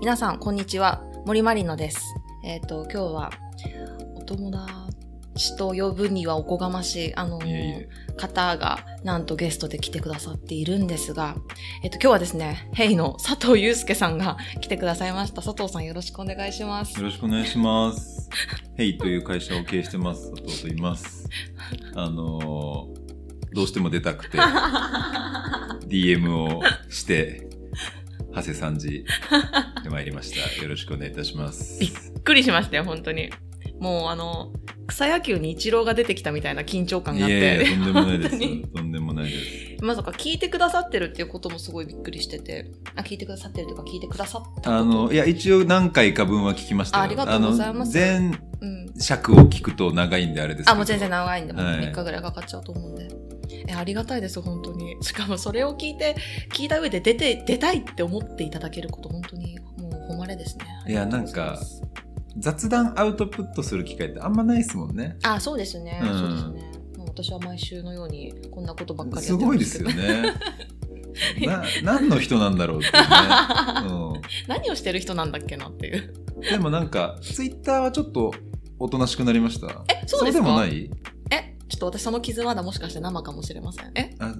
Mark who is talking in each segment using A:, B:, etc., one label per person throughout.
A: 皆さん、こんにちは。森まりのです。えっ、と、今日は、お友達と呼ぶにはおこがましい、あの
B: いえいえ。
A: 方が、なんとゲストで来てくださっているんですが、えっ、と、今日はですね、ヘイの佐藤祐介さんが 来てくださいました。佐藤さん、よろしくお願いします
B: よ。ろしくお願いします。ヘイという会社を経営してます。佐藤と言います。あのーどうしても出たくて、DM をして、長谷さんじで参りました。よろしくお願いいたします。
A: びっくりしましたよ、本当に。もう、あの、草野球に一郎が出てきたみたいな緊張感
B: い
A: があっ
B: やいや、
A: て、
B: とんでもないで
A: 本当に
B: す。とんでもないで す。
A: まさか聞いてくださってるっていうこともすごいびっくりしてて、あ、聞いてくださってるというか、聞いてくださったこと
B: あの、いや、一応何回か分は聞きましたよ
A: あありがとうございます
B: あの全
A: うん。
B: 尺を聞くと長いんであれですけど。
A: あ、もう全然長いんで、もう
B: はい
A: 3日ぐらいかかっちゃうと思うんで。え、ありがたいです、本当に。 しかもそれを聞いて、聞いた上で出て、出たいって思っていただけること、本当にもう誉れですね。
B: いやな
A: あり
B: んか
A: がとうございます
B: 雑談アウトプットする機会ってあんまないですもんね。
A: あ、そうですね、
B: うん
A: そうですね。もう私は毎週のようにこんなことばっかり
B: す
A: やって
B: ご
A: ま
B: い
A: すけど
B: で すよね。な何の人なんだろうっていうね、
A: 何をしてる人なんだっけなっていう。
B: うん、でもなんかツイッターはちょっとおとなしくなりました
A: え、そうですか
B: でもない
A: え、ちょっと私その傷まだもしかして生かもしれません。え
B: あ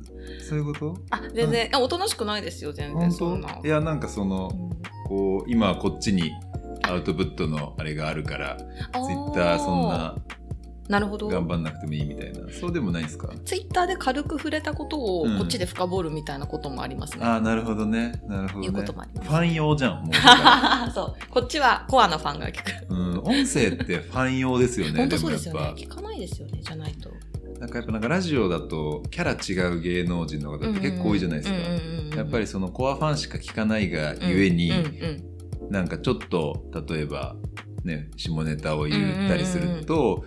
B: そういうこと
A: あ、全然、えおとなしくないですよ、全然。そん
B: 本
A: な
B: 当い。やなんかそうの
A: ん
B: こう今はこっちにアウトプットのあれがあるから
A: あ
B: ツイッターそんな
A: なるほど。
B: 頑張んなくてもいいみたいなそうでもないですか
A: ツイッターで軽く触れたことを
B: うん
A: こっちで深掘るみたいなこともありますね。
B: ああなるほどねなる
A: い
B: ほど
A: うこ
B: ね
A: ともありま
B: フ
A: す
B: ァン用じゃんも
A: そうこっちはコアなファンが聞く。
B: う、うん、音声ってファン用ですよね
A: 本当そうですよね
B: もやっぱ。
A: 聞かないですよねじゃないと。
B: なんかやっぱなんかラジオだとキャラ違う芸能人の方って結構多いじゃないですか、やっぱりそのコアファンしか聞かないがゆえに、
A: うんうん
B: なんかちょっと例えばね下ネタを言ったりすると、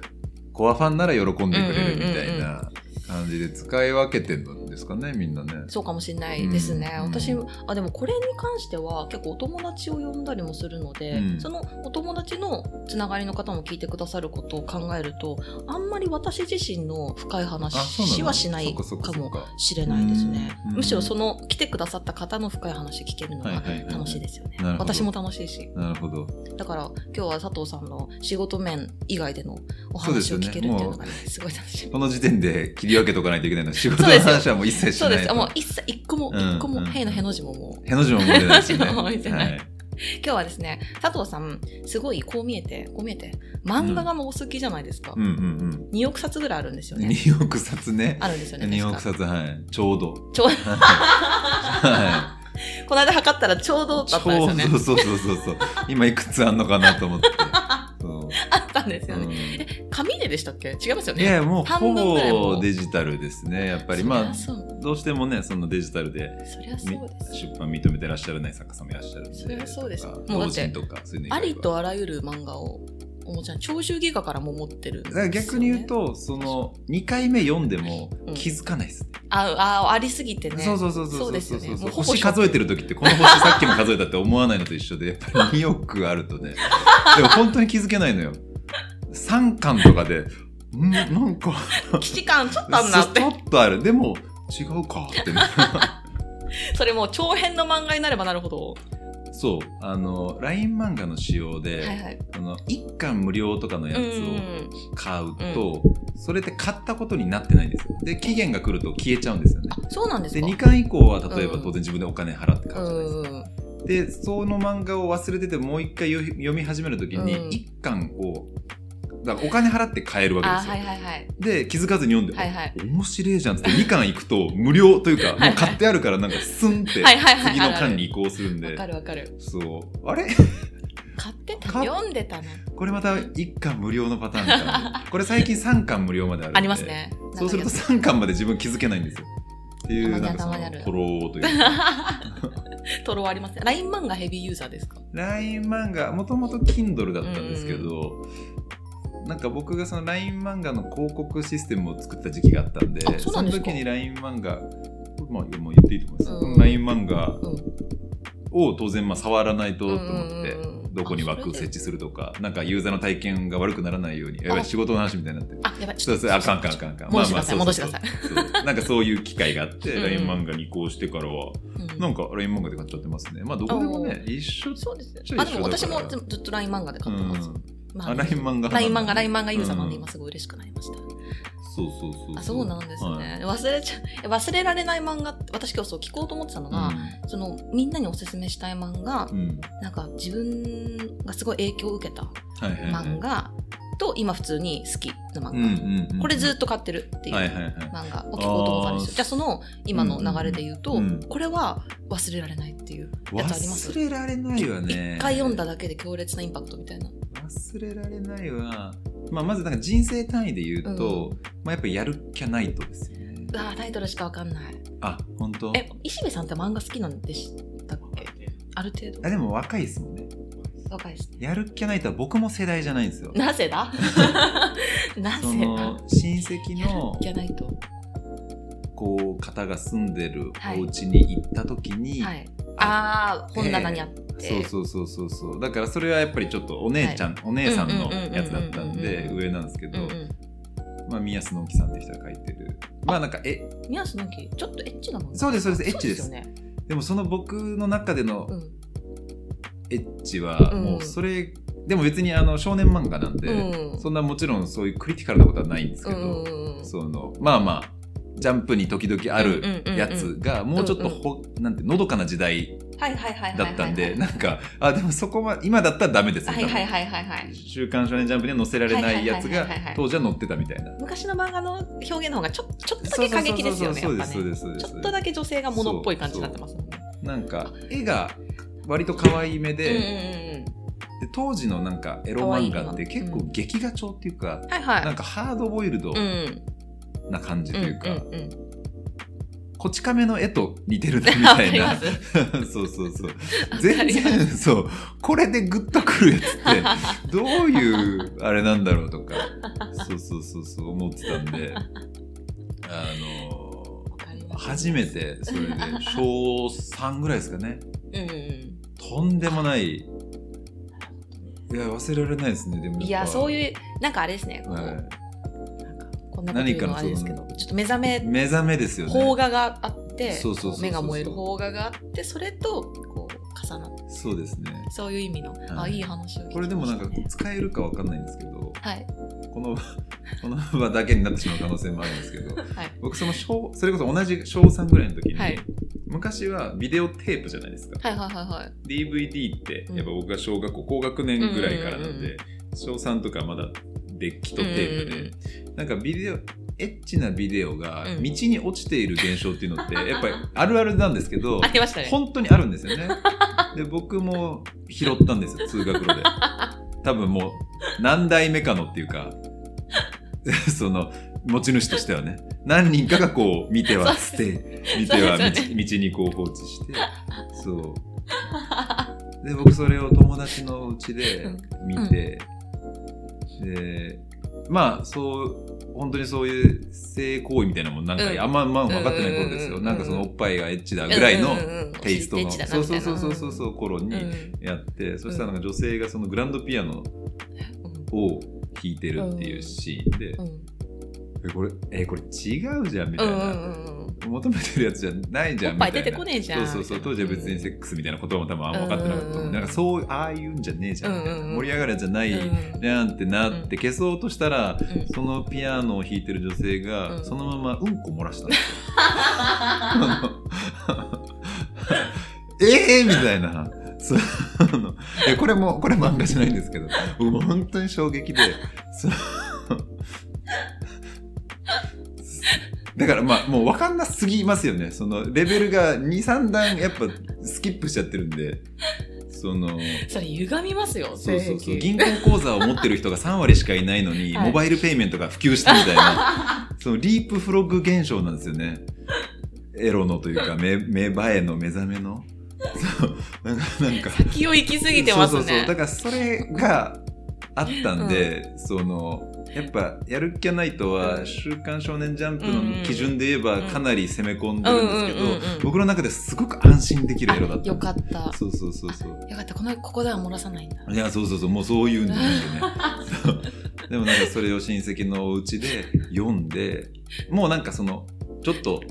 B: コアファンなら喜んでくれるみたいな感じで使い分けてるんですかねみんなね。
A: そうかもしれないですね。
B: うん
A: 私あでもこれに関しては結構お友達を呼んだりもするので、
B: うん
A: そのお友達のつながりの方も聞いてくださることを考えるとあんまり私自身の深い
B: あそうな
A: 話
B: の
A: はしない
B: そっ
A: か
B: そっそっ
A: も知れないですね
B: うん
A: むしろその来てくださった方の深い話聞けるの
B: はい
A: が
B: はいはいはい
A: 楽しいですよね、
B: なるほど
A: 私も楽しいし
B: なるほど。
A: だから今日は佐藤さんの仕事面以外でのお
B: そうです
A: 話を
B: よね
A: 聞けるっていうのがねすごい楽しみ
B: この時点で切り分けとかないといけないの仕事
A: そう
B: の
A: ですよ
B: 話はもう一切し
A: そう
B: ない
A: です
B: と
A: もう一切一個も
B: うん
A: 一個も、
B: うん
A: へいのへの字ももう
B: への字も問題ないですよね。
A: への字も問題ない
B: はい
A: 今日はですね佐藤さんすごいこう見えてこう見えて漫画がもうお好きじゃないですか、
B: うんうん
A: 2億冊ぐらいあるんです
B: う
A: よ
B: ん。
A: ね
B: 2億冊ね。
A: あるんですよね
B: 2億
A: 確か
B: 冊はいちょうど
A: ちょうど
B: は
A: この間測ったらちょうど
B: い
A: だったんですよね
B: ちょうどそうそうそうそう今いくつあんのかなと思ってそ
A: あったんです
B: う、
A: よ
B: う
A: ね、
B: ん、
A: 紙ででしたっけ違いますよ
B: い
A: ね
B: やもう
A: 半
B: ほ
A: 分ぐらいもう
B: ぼデジタルですねやっぱり
A: そり
B: ま
A: ゃ
B: あ
A: そう
B: どうしてもねそのデジタルで
A: そりゃそ
B: み
A: うです
B: 出版認めてらっしゃらない作家さんもいらっしゃるんで
A: そりゃそうです
B: とか
A: もうだ
B: 同
A: って
B: 人とかそういうの以外は
A: ありとあらゆる漫画をおもちゃん長寿ギガからも持ってるんです
B: だ
A: よ
B: か
A: ね、
B: ら逆に言うとその2回目読んでも
A: うん
B: 気づかないです、
A: ああありすぎてね
B: そうそうそう
A: そ
B: そうう
A: ですよねもうほぼ
B: 星数えてる時ってこの星さっきも数えたって思わないのと一緒でやっぱり2億あるとね でも本当に気づけないのよ3巻とかでんなんか
A: 既視感ちょっとあんなっ
B: ちょ
A: て
B: っとあるでも違うかってね
A: それもう長編の漫画になればなるほど、
B: そうあの LINE 漫画の仕様で、
A: はいはい
B: あの1巻無料とかのや
A: うん
B: つを買うと、それって買ったことになってないんですよで期限が来ると消えちゃうんですよね
A: そうなんです
B: で
A: か
B: 2巻以降は例えば
A: うん
B: 当然自分でお金払って買うじゃないですか、
A: うん
B: でその漫画を忘れててもう一回読み読み始めるときに
A: うん
B: 一巻をだからお金払って買えるわけで
A: あ
B: すよ、
A: はいはいはい
B: で気づかずに読んで、
A: はいはい
B: 面白いじゃんっつって2巻行くと無料というか
A: はい
B: もう買ってあるからなんかスンって
A: はいはいはい
B: 次
A: あ
B: の
A: るある
B: 巻に移行するん
A: わ
B: で
A: かるわかる
B: そうあれ
A: 買ってた
B: 買っ
A: 読んでたな
B: これまた1巻無料のパターン かこれ最近3巻無料まであるんで
A: ありますね
B: そうすると
A: なんか
B: 3巻まで自分気づけないんですよっていう
A: たま
B: なん
A: に
B: かその
A: 頭にある
B: とろーというか
A: トロはありますね LINE 漫画ヘビーユーザーですか
B: LINE 漫画もともと Kindle だったんですけど、なんか僕がその LINE 漫画の広告システムを作った時期があったんで
A: あそうなんですか
B: の時に LINE 漫画まあもう言っていいと思います、
A: うん
B: LINE 漫画
A: うん
B: を当然まあ触らないとと
A: うん
B: 思って、
A: うんうん
B: どこに枠を設置するとか、なんかユーザーの体験が悪くならないように、やばい
A: あ
B: 仕事の話みたいになってる。
A: あ、やばい。
B: そうそう、あかんあかんあかんあかん。
A: 戻してください
B: そうそうそう
A: 戻
B: そうなんかそういう機会があっ
A: う
B: て、
A: ん
B: LINE 漫画に移行してからは、
A: うん
B: なんか LINE 漫画で買っちゃってますね。まあどこでもね、一緒
A: そうですね
B: ちょ。い
A: あ、でも
B: 一緒だ
A: 私
B: から
A: もずずっと LINE 漫画で買ってます。
B: うん
A: ま
B: あ LINE 漫画
A: LINE 漫画、LINE 漫画ユーザーなんで
B: うん
A: 今すごい嬉しくなりました。
B: そうそうそう。
A: あ、そうなんです
B: はい。
A: ね。忘れちゃ、え忘れられない漫画って、私今日そう聞こうと思ってたのが、その、みんなにおすすめしたい漫画
B: う、ん。うん
A: なんか自分がすごい影響を受けた
B: はいはいはい
A: 漫画と、今普通に好きな
B: うんう
A: 漫
B: んうん。
A: 画。これずっと買ってるっていう
B: はいはいはい。
A: 漫画を聞こうと思ったんですよ。
B: あー
A: じゃあその、今の流れで言うと、
B: うんうんうん
A: これは忘れられないっていうやつあります
B: 忘れられないわね。
A: 一回読んだだけで強烈なインパクトみたいな。
B: 忘れられないは、まあ、まずなんか人生単位で言うと、まあ、やっぱやるキャナイトですよね
A: う。わータイトルしかわかんない。
B: あ本当
A: え、石部さんって漫画好きなんでしたっけある程度
B: あでも若いですもんね
A: 若いですね。
B: やるキャナイトは僕も世代じゃないんですよ
A: なぜ だな
B: そ
A: ぜだ
B: の親戚の
A: じゃないと。
B: こう方が住んでる
A: はい
B: お家に行った時に、
A: はい。ああ、本棚にあって。
B: そうそうそうそうそうだからそれはやっぱりちょっとお姉ちゃん、お姉さんのやつだったん
A: うんうんうん
B: で
A: うんうん
B: 上なんですけ
A: う
B: ど、
A: んうん。
B: まあ、宮須のきさんって人が書いてるまあなんかえ
A: 宮下の木、ちょっとエッチなの
B: そうですそうですエッチです
A: よね。
B: でもその僕の中での
A: うん。
B: エッチは
A: うん
B: もうそれ、でも別にあの少年漫画なんで、
A: うん
B: そんなもちろんそういうクリティカルなことはないんですけ
A: う
B: ど、
A: んうんうん。
B: そのまあまあジャンプに時々ある
A: うんうんうん
B: やつがもうちょっとほ、なんてのどかな時代
A: はいはいはいはいはいはい。
B: だったんで、なんかあでもそこは今だったらダメです
A: はいはいはいはいはい。
B: 週刊少年ジャンプ」には載せられないやつ
A: は
B: が
A: いはいはいはいはい
B: 当時は載ってたみたいな。
A: 昔の漫画の表現の方がちょちょっとだけ過激ですよね。や
B: そう
A: っ
B: で
A: ぱ
B: すそう
A: ね。
B: ですそうです
A: ち
B: そ
A: ょ
B: うで
A: っ
B: す
A: とだけ女性が物っぽい感じになってますもんね。
B: なんか絵が割と可愛めで、
A: うんうんうん
B: で当時のなんかエロ漫画って結構劇画調っていうか、
A: うん。はいはい。
B: なんかハードボイルド
A: うん。
B: な感じというか、
A: んんん
B: こち亀の絵と似てるな みたい
A: わ
B: な
A: かり
B: そうそうそう
A: ます
B: 全
A: わかりま
B: 然そうこれでグッとくるやつっ てどういうあれなんだろうとかそうそうそうそう思ってたんであの
A: わかります
B: 初めてそれで小3ぐらいですかね
A: うんうん
B: とんで もないいや忘れられないですねでも
A: いやそう
B: う、
A: いうなんかあれですね、こう
B: は
A: なんかこんなこと言うのはあれですけどちょっと目覚
B: い、
A: め
B: 目覚めですよね
A: 邦画があって
B: そうそうそうそ
A: こ
B: う
A: 目が燃える邦画があってそれとこう重なって
B: そうですね
A: そういう意味の、あ
B: はい
A: いい話を聞きましたね
B: これでもなんか使えるかわかんないんですけど
A: はい
B: この この場だけになってしまう可能性もあるんですけど
A: はい
B: 僕その小それこそ同じ小3ぐらいの時に、
A: はい
B: 昔はビデオテープじゃないですか
A: はいはいはいはい
B: DVD ってやっぱ僕が小学校高学年ぐらいからなんで、小3とかまだデッキとテープで、なんかビデオエッチなビデオが
A: う
B: 道
A: ん
B: に落ちている現象っていうのってやっぱりあるあるなんですけど
A: ありましたね
B: 本当にあるんです よね。で僕も拾ったんですよ通学路で。多分もう何代目かのっていうか その持ち主としてはね何人かがこう見ては捨て見ては
A: そう
B: 道,、
A: ですよ
B: 道にこう放置してそうで僕それを友達のうちで見て、でまあそう本当にそういう性行為みたいなもんなんか、
A: うん
B: あんま、まあ、分かってない頃ですよ、
A: うん
B: なんかそのおっぱいがエッチだぐらいの
A: うんうんうん
B: テイスト
A: お
B: の、
A: 尻ってエッチだな
B: そう
A: みた
B: そ
A: いうな
B: そうそうそうそう頃
A: うんう
B: に
A: ん
B: やって、そしたらなんか女性がそのグランドピアノを弾いてるっていうシーンで、
A: うん
B: えこれえこれ違うじゃんみ
A: う
B: たいな、
A: んうんうんうん
B: 求めてるやつじゃないじゃん
A: おっ
B: み
A: ぱ
B: た
A: い
B: いな
A: 出てこねえじゃん
B: そうそうそう
A: みたい
B: 当
A: な
B: 時は別にセックスみたいな言葉も多分あんま分かってなかったと思う
A: うん
B: なんかそうああいうんじゃねえじゃんみたいな、
A: うんうんうん
B: 盛り上がるんじゃない、
A: うん
B: じゃんってなって消そうとしたら、
A: うん
B: そのピアノを弾いてる女性が、
A: うん
B: そのままうんこ漏らしたん ですよええみたいな。そのえこれもこれ漫画じゃないんですけど僕もう本当に衝撃でそのだからまあもう分かんなすぎますよねそのレベルが23段やっぱスキップしちゃってるんでその
A: それ歪みますよ
B: そうそうそ
A: 性
B: う
A: 癖
B: 銀行口座を持ってる人が3割しかいないのに、
A: はい
B: モバイルペイメントが普及したみたいなそのリープフロッグ現象なんですよねエロのというか目芽生えの目覚めのそうなんかなんか
A: 気を行き過ぎてますね
B: そうそうそうだからそれがあったんで、そのやっぱ、やるっきゃないと
A: う
B: は、
A: ん
B: 週刊少年ジャンプ
A: うんうん
B: の基準で言えば、かなり攻め込んでるんですけ
A: うんうんうんうん
B: ど、僕の中ですごく安心できる色だった。
A: よかった
B: そうそうそうそう。
A: よかったこのここでは漏らさないんだ
B: いや、そうそうそう、もうそういうんじゃないよね。 そうでもなんかそれを親戚のお家で読んで、もうなんかその、ちょっと、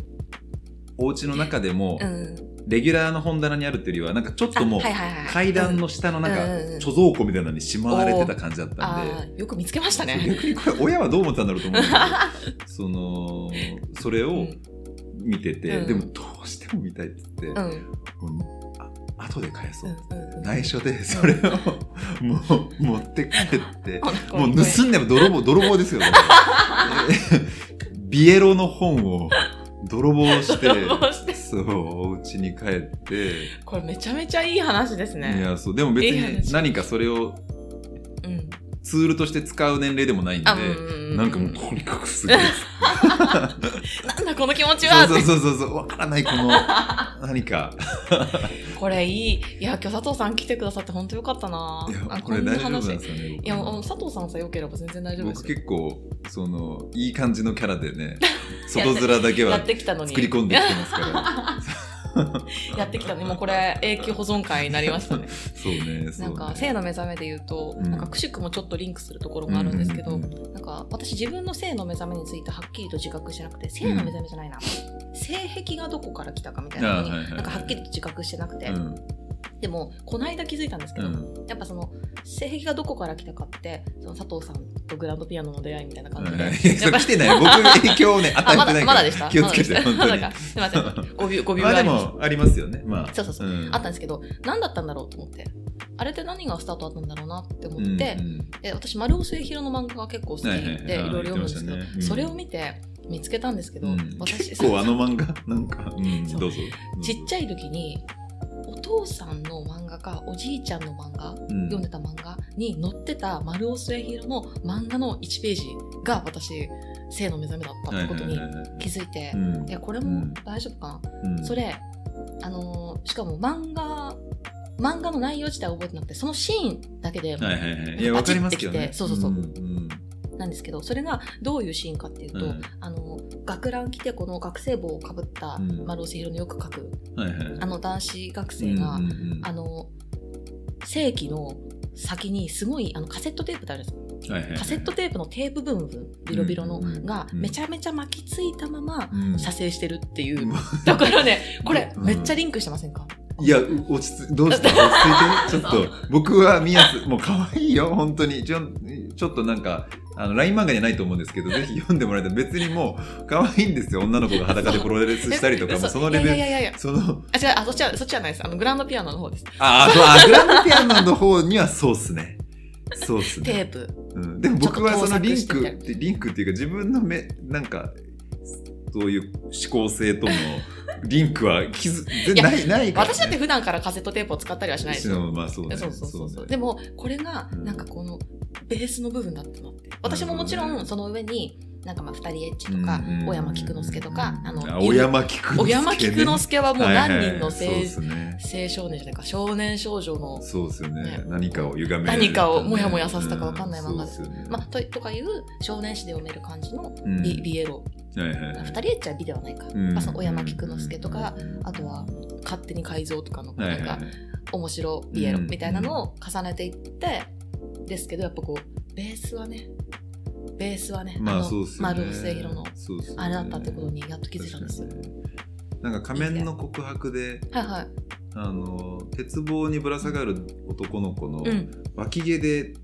B: お家の中でも
A: う、ん
B: レギュラーの本棚にあるっていうよりは、なんかちょっともう
A: あ、はいはいはい、
B: 階段の下のなんか
A: うんうんうんうん
B: 貯蔵庫みたいなのにしまわれてた感じだっ
A: うん
B: たんで
A: あ。ーよく見つけました
B: そう
A: ね
B: 逆にこれ親はどう思ったんだろうと思うんだけ どそのそれ
A: う
B: を
A: ん
B: 見てて、
A: うん
B: でもどうしても見たいって言って、
A: うん
B: もうあ後で返そう、
A: うんうん
B: 内緒で それをもう持って 帰って
A: あなんか
B: もう盗んでも泥棒泥棒ですよだからで ビエロの本を泥棒して
A: 泥棒して
B: そうお家に帰って、
A: これめちゃめちゃいい話です
B: い
A: ね
B: やそうでも別
A: いい話
B: に何かそれを
A: うん
B: ツールとして使う年齢でもないんで
A: あ、うん
B: なんかもうとにか くすごい
A: なんだこの気持ちは
B: そうそうそうそう、わからな い、この、何か。
A: これいいいや今日佐藤さん来てくださって本当よかったない
B: や、
A: あ
B: これ大丈夫なん
A: い
B: ですかね。僕
A: やもう佐藤さんさえよければ全然大丈夫です
B: 僕
A: よ
B: 結構、その、いい感じのキャラ でね、外面だけ
A: や
B: は
A: ってきたのに
B: 作り込んできてますから。
A: やってきたねもうこれ永久保存会になりましたね
B: そうね、そ
A: な
B: うね。
A: んか性の目覚めで言うと、
B: うん
A: なんかくしくもちょっとリンクするところもあるんですけど、
B: うううん
A: なんか私自分の性の目覚めについてはっきりと自覚してなくて性の目覚めじゃないな、性癖がどこから来たかみたいなのに、
B: あはいはいはい
A: なんかはっきりと自覚してなくて、でもこの間気づいたんですけ
B: う
A: ど、
B: ん。
A: やっぱその性癖がどこから来たかってその佐藤さんとグランドピアノの出会いみたいな感
B: う
A: じ
B: ん。
A: で、
B: いや、 それ来てない。僕、影響をね、与
A: あま
B: えてな
A: だ
B: い
A: ま
B: か
A: だでし
B: ら。
A: た
B: 気をつけて、
A: まだで
B: 本
A: した
B: 当
A: ま
B: に
A: だ。かすいません5秒5秒
B: まあ
A: あ
B: で
A: りました
B: も、ありますよね。まあ。
A: そうそうそう、
B: うん
A: あったんですけど何だったんだろうと思ってあれって何がスタートだったんだろうなって思
B: う
A: っ
B: ん
A: て、
B: うん
A: で私丸尾末広の漫画が結構好きで、
B: はい
A: い
B: はいはいあ
A: ろいろ読むんですけど、
B: 言ってましたねうん
A: それを見て見つけたんですけど、
B: うん
A: 私
B: 結構あの漫画、なんか、うん、
A: そう
B: どうぞ。
A: ちっちゃい時にお父さんの漫画かおじいちゃんの漫画
B: うん
A: 読んでた漫画に載ってた丸尾末広の漫画の1ページが私性の目覚めだったってことに
B: はいはいはいはい
A: 気づいて
B: う、ん
A: いやこれも大丈夫かな、
B: うん
A: それあのーしかも漫画漫画の内容自体覚えてなくてそのシーンだけで
B: はいはいはい。い
A: なん
B: や、
A: か
B: わかりますけど
A: バチッ
B: ね
A: て。きてそうそうそうん
B: ん
A: なんですけどそれがどういうシーンかっていうと、
B: うん
A: あの学ラン着てこの学生帽をかぶった
B: うん
A: 丸尾千尋のよく描く、
B: はいはいはい。
A: あの男子学生が、
B: うんうんうん
A: あの正規の先にすごいあのカセットテープってあるじゃないです
B: はいはいは
A: か
B: い
A: カセットテープのテープ部分ビロビロの
B: うんうんうん
A: が
B: うん
A: めちゃめちゃ巻きついたまま
B: うん
A: 射精してるっていううんだからねこれ
B: うん
A: めっちゃリンクしてませんか
B: いや、う落ち着いどうした落ち着いて ちょっと、僕はミヤス、もう可愛いよ、本当に。ちょちょっとなんか、あの、LINE 漫画じゃないと思うんです けど、ぜひ読んでもらえたら別にもう、可愛いんですよ。女の子が裸でプロレスしたりとか、もうそのレ
A: いやい
B: ベ
A: やいやいや
B: ル。その、
A: あ違うあそっちはそっちはないですあのグランドピアノの方です
B: ああ、そう、あ、グランドピアノの方にはそうっすね。そうっすね。
A: テープ
B: うん、でも僕はそのリン
A: ちょっと盗
B: ク
A: 作
B: っ
A: して
B: リンクっていうか自分の目なんかそういう思考性とのリンクは気づ全
A: いや
B: 然ないないから、ね、
A: 私だって普段からカセットテープを使ったりはしないですよ
B: うんまあそうね
A: そうそうそうそう
B: ね
A: でもこれが
B: うん
A: なんかこのベースの部分だったなって私ももちろんその上になんかまあ二人エッチとか
B: うん
A: 小山菊之助とかあの
B: 小山菊
A: 小山
B: 之助ね
A: 菊之助はもう何人の
B: はいはい
A: 性
B: そうですね
A: 青少年じゃないか少年少女の
B: そうですよね
A: ね
B: 何かを歪め
A: 何かをもやもやさせたかわかんない漫画です
B: うんそうですよね
A: まあととかいう少年誌で読める感じの
B: うん
A: ビビエロ
B: はいはい
A: 二
B: はい
A: 人エッチはビではないか
B: うん
A: まあその小山菊之助とか
B: うん
A: あとは勝手に改造とかの
B: は
A: な
B: いは
A: ん
B: いは
A: か
B: い
A: 面白ビエロ
B: うん
A: みたいなのを重ねていってですけどやっぱこうベースはねベースはね
B: まあ
A: の
B: そうっすよね
A: 丸尾末広の
B: そうっすよね
A: あれだったってことにやっと気づいたんですよ。
B: 確かにねなんか仮面の告白で
A: はいはい。
B: あの鉄棒にぶら下がる男の子の
A: うん。
B: 脇毛で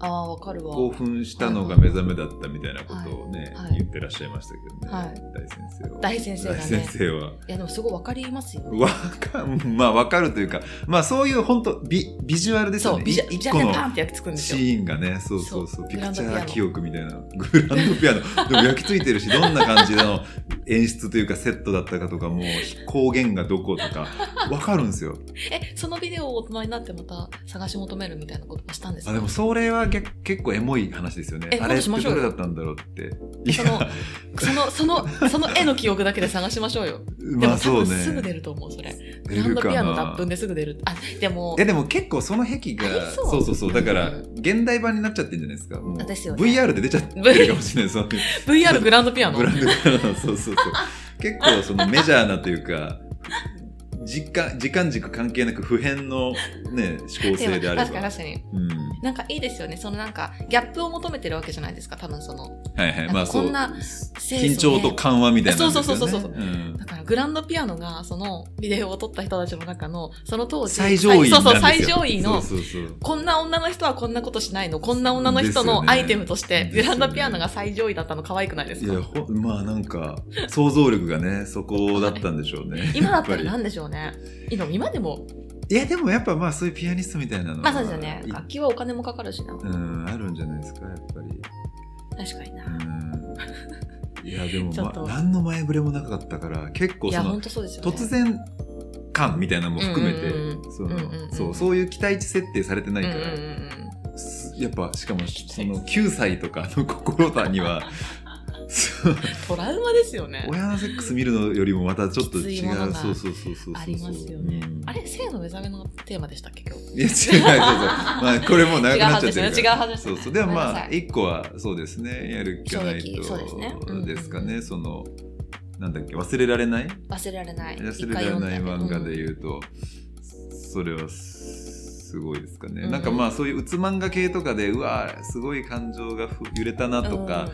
A: ああ、わかるわ。
B: 興奮したのが目覚めだったみたいなことをね、
A: はいはい
B: 言ってらっしゃいましたけどね、
A: はい
B: 大先生は。
A: 大先生が
B: 大先
A: ね。
B: 生はい
A: や、でもすごいわかりますよね。
B: わかまあわかるというかまあそういう本当ビビジュアルです
A: そ
B: よ
A: う、
B: ね
A: ビジャビ
B: 一
A: ジャ
B: 個
A: で
B: の
A: パンって焼きつくんです
B: シ
A: よ。
B: ーンがねそうそうそう
A: そう
B: ピクチ
A: グランドピア
B: ャー
A: ノ
B: 記憶みたいなグランドピアノでも焼き付いてるしどんな感じの演出というかセットだったかとかもう光源がどことかわかるんですよ
A: え、そのビデオを大人になってまた探し求めるみたいなこともしたんですか
B: あでもそれは逆結構エモい話ですよね
A: え
B: あれっ
A: してましょう
B: ど
A: よ
B: れだったんだろうってい
A: そのその、その、その絵の記憶だけで探しましょうよ。で
B: ま
A: も
B: あ
A: 多
B: そう
A: 分
B: ね
A: すぐ出ると思う、それ。グランド
B: 出るかな
A: ピアノ脱粉ですぐ出る。あ、でも
B: いや、でも結構その癖が
A: ありそう
B: そうそうそうだから
A: うん
B: 現代版になっちゃってるんじゃないですかもう
A: ですよね
B: VR で出ちゃってるかもしれないそう
A: VR グランドピアノ
B: ブランドピアノそうそうそう結構そのメジャーなというか時間時間軸関係なく普遍のね思考
A: でも
B: 性であれ
A: 確かに
B: ば、
A: 確かに。
B: うん、
A: なんかいいですよね。そのなんか、ギャップを求めてるわけじゃないですか。多分その。
B: はいはいまあそう
A: こんな緊
B: 緊張と緩和みたいなのですよね
A: そうそうそうそうそうんだからグランドピアノがそのビデオを撮った人たちの中のその当時
B: 最上位
A: そう
B: な
A: んそう
B: で
A: 最
B: すよ
A: 上位の
B: そうそうそう
A: こんな女の人はこんなことしないのこんな女の人のアイテムとして、
B: です
A: グ
B: よね
A: ランドピアノが最上位だったの可愛くないです
B: い
A: か
B: やほまあなんか想像力がねそこだったんでしょうね
A: 今だ
B: や
A: っ
B: ぱ
A: た
B: り
A: ら何でしょうね今今でも
B: いやでもやっぱまあそういうピアニストみたいなのは
A: まあそうですよね
B: い
A: 楽器はお金もかかるしな
B: うんあるんじゃないですかやっぱり
A: 確かにな
B: うんいやでも、
A: ちょっ
B: ま
A: と、
B: 何の前触れもなかったから結構
A: い
B: そ
A: や
B: の
A: 本当そうですよね
B: 突然感みたいなのも含めて
A: うんうん
B: そ
A: うんうんう
B: の
A: ん
B: そうそういう期待値設定されてない
A: うん
B: か
A: うん
B: ら、
A: うん
B: すやっぱしかも
A: 待値
B: その9歳とかの心さ にはそう
A: トラウマですよね
B: 親のセックス見るのよりもまたちょっと
A: きつ
B: 違
A: いもの
B: う
A: が
B: そうそうそうそうそう
A: ありますよね
B: うん
A: あれ性の目覚めのテーマでしたっけ今日
B: いや違うそうそう、まあ、これもう長くなっちゃってるから
A: 違う話ですね違う話ですね
B: そうそうでは
A: ごめんな
B: まあ
A: さ
B: 一個はそうですねやる気がない
A: 衝撃そうですねう
B: と
A: ん
B: ですかねそのなんだっけ忘れられない
A: 忘れられない
B: 忘れられない漫画で
A: う
B: 言うと、それはすごいですかね、
A: うん
B: なんかまあそういううつ漫画系とかでうわーすごい感情がふ揺れたなとか、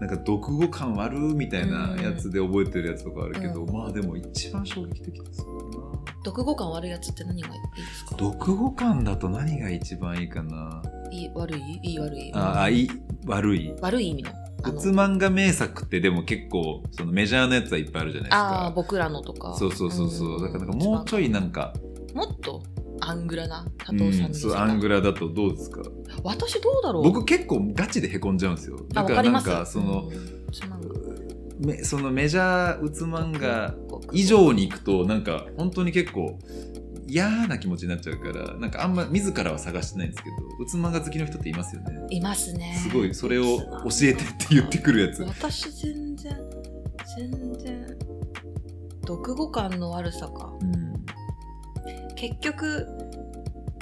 B: なんか読語感悪みたいなやつで覚えてるやつとかあるけど、
A: う
B: まあでも一番衝撃的ですよな。
A: 読語感悪いやつって何がいいですか
B: 読語感だと何が一番いいかない
A: い悪いいい悪い
B: ああいい悪い
A: 悪い意味のあ
B: う
A: の
B: つ漫画名作ってでも結構そのメジャーなやつはいっぱいあるじゃないです
A: あー
B: か
A: 僕らのとか
B: そうそうそうそうだからなんか
A: ん
B: もうちょいなんか、
A: もっとアングラな加
B: う
A: 藤さん
B: ん、
A: の
B: そう
A: 時
B: ア
A: 間
B: ングラだとどうですか
A: 私どうだろう
B: 僕結構ガチでへこんじゃうんですよ
A: あ
B: だ
A: わ
B: か
A: からり
B: な
A: ま
B: ん
A: す
B: かその
A: うんその
B: めそのメジャーうつ漫画以上に行くとなんか本当に結構嫌な気持ちになっちゃうからなんかあんま自らは探してないんですけどうつ漫画好きの人っていますよね
A: いますね
B: すごいそれを教えてって言ってくるやつ
A: 私全然全然読語感の悪さか
B: うん
A: 結局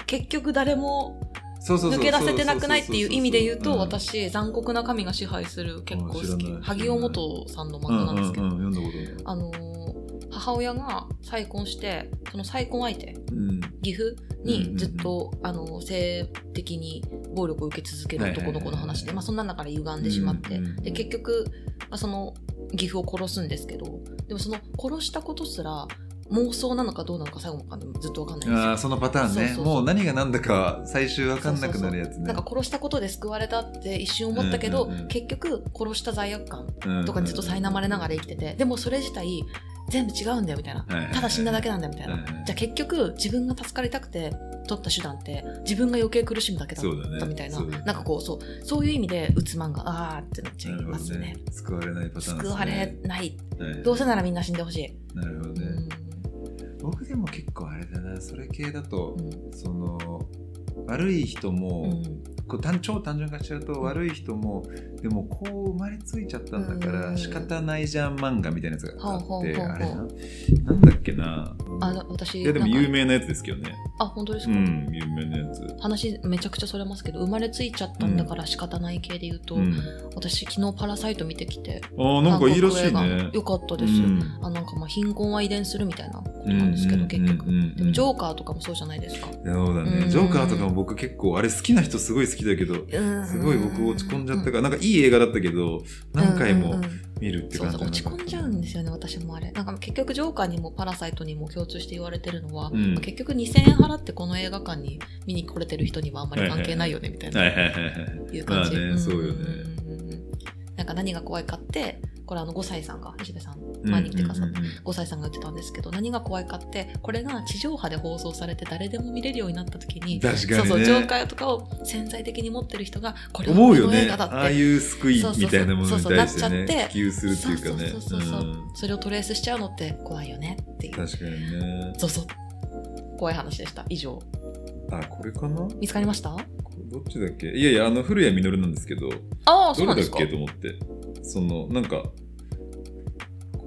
A: 結局誰も
B: そうそうそう
A: 抜け出せてなくないっていう意味で言うと、
B: ん
A: 私「残酷な神が支配する」結構好
B: うん知
A: き
B: らない
A: 萩尾元さんの漫画なんですけど、
B: うんうんうん、読んだこ
A: あのー母親が再婚してその再婚相手
B: とない、うん、
A: 岐阜にずっと、あのー性的に暴力を受け続ける男の子の話
B: はいはいはいは
A: で、
B: い
A: まあ、そんな中で歪んでしまって、
B: うんうんうん
A: で結局、まあ、その岐阜を殺すんですけどでもその殺したことすら妄想なのかどうなのか最後までずっと分かんないんですよ
B: あーそのパターンね
A: そうそうそう
B: もう何が何だか最終わかんなくなるやつね
A: なんか殺したことで救われたって一瞬思ったけど、
B: うんうんうん
A: 結局殺した罪悪感
B: うん
A: とかにずっと苛まれながら生きてて、でもそれ自体全部違うんだよみたいな、
B: いはいはい
A: ただ死んだだけなんだよみたいな、
B: はいはい
A: じゃあ結局自分が助かりたくて取った手段って自分が余計苦しむだけだ
B: そうだ
A: っ
B: ね
A: たみたいな、
B: そうだね
A: なんかこうそうそういう意味でうつ漫画あーってなっちゃい
B: なるほ
A: ま
B: ど
A: すね
B: ね救われないパターンです
A: 救われない
B: ね、はい
A: どうせならみんな死んでほしい、
B: なるほど
A: う
B: ね、
A: ん
B: 僕でも結構あれだなそれ系だと、
A: うん
B: その悪い人も、
A: うん
B: こう単超単純化しちゃうと、
A: ん
B: 悪い人もでもこう生まれついちゃったんだから、
A: うん
B: 仕方ないじゃん漫画みたいなやつがあって
A: ほうほうほうほう
B: あれななんだっけな
A: あの私
B: いやでも有
A: なんか
B: 名なやつですけどね
A: あ本当です
B: う
A: か、
B: ん有名なやつ
A: 話めちゃくちゃそれますけど生まれついちゃったんだから仕方ない系で言うと、
B: うん、
A: 私昨日「パラサイト」見てきて
B: あーなんかいいらしい
A: 韓国映
B: ね
A: 画よかった
B: う
A: です、
B: ん
A: あなんかまあ貧困は遺伝するみたいなことなんですけど、結局、
B: うんうんうんうん
A: でもジョーカーとかもそうじゃないですか
B: そうだね、
A: うん
B: ジョーカーとかも僕結構あれ好きな人すごい好きだけどすごい僕落ち込んじゃったから、なんかいい映画だったけど何回
A: うん
B: も
A: うんうん
B: 見るって
A: そう
B: 感
A: そ
B: じ
A: う落ち込んじゃうんです
B: よ
A: よね私もあれなんか結局ジョーカーにもパラサイトにも共通して言われてるのは、
B: うん
A: 結局2000円払ってこの映画館に見に来れてる人にはあんまり関係ないよねみたいな、
B: はいはいはいはい
A: いう感じ、
B: まあねそう
A: んうん
B: よね
A: うんうんなんか何が怖いかってこれあの5歳さんが石部さん前に来てくださった
B: うんうん
A: 5歳さんが言ってたんですけど何が怖いかってこれが地上波で放送されて誰でも見れるようになった時
B: うん
A: に
B: 確かにね
A: そうそうジョーカーとかを潜在的に持ってる人がこれは
B: 思う
A: こ
B: よ
A: の映
B: ね
A: 画だって
B: ああいう救いみたいなも
A: そうそうそ
B: のに対して
A: うそうなっちゃ
B: ね
A: って
B: 普及するっていうかね
A: そうそうそうそう
B: うん
A: それをトレースしちゃうのって怖いよねっていう
B: 確かにね
A: そうそう怖い話でした以上
B: あこれかな
A: 見つかりました
B: どっちだっけいやいやあの古谷実なんですけど
A: ああそうな
B: ど
A: ん
B: れ
A: で
B: だ
A: す
B: っ
A: か
B: けと思ってそのなんか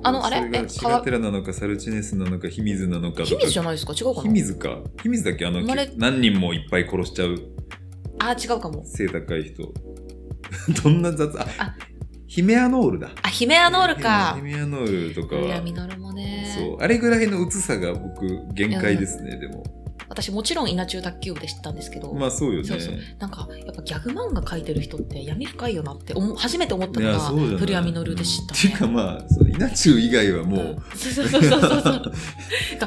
A: あのあれ
B: そが
A: え
B: シ
A: 川
B: ガテラなのかサルチネスなのかヒミズなのかとか
A: 秘密じゃないですか違うか
B: ヒ
A: な
B: ミズかヒミズだっけあの
A: 生まれ
B: 何人もいっぱい殺しちゃう
A: あー違うかも
B: 背高い人 どんな雑あ
A: あ
B: ヒメアノールだ
A: あヒメアノールか
B: ヒメアノールとか
A: いや
B: は
A: ミノルも
B: そ
A: ね
B: うあれぐらいのうつさが僕限界ですね、でも
A: 私もちろん稲中卓球部で知ったんですけど、
B: まあそうよね
A: そうそうなんかやっぱギャグ漫画描いてる人って闇深いよなって思う初めて思ったのが
B: うじゃない
A: 古谷実で知
B: うん
A: った
B: ていうか
A: ね、
B: まあその稲中以外はもう、
A: んそうそうそうそうそうだ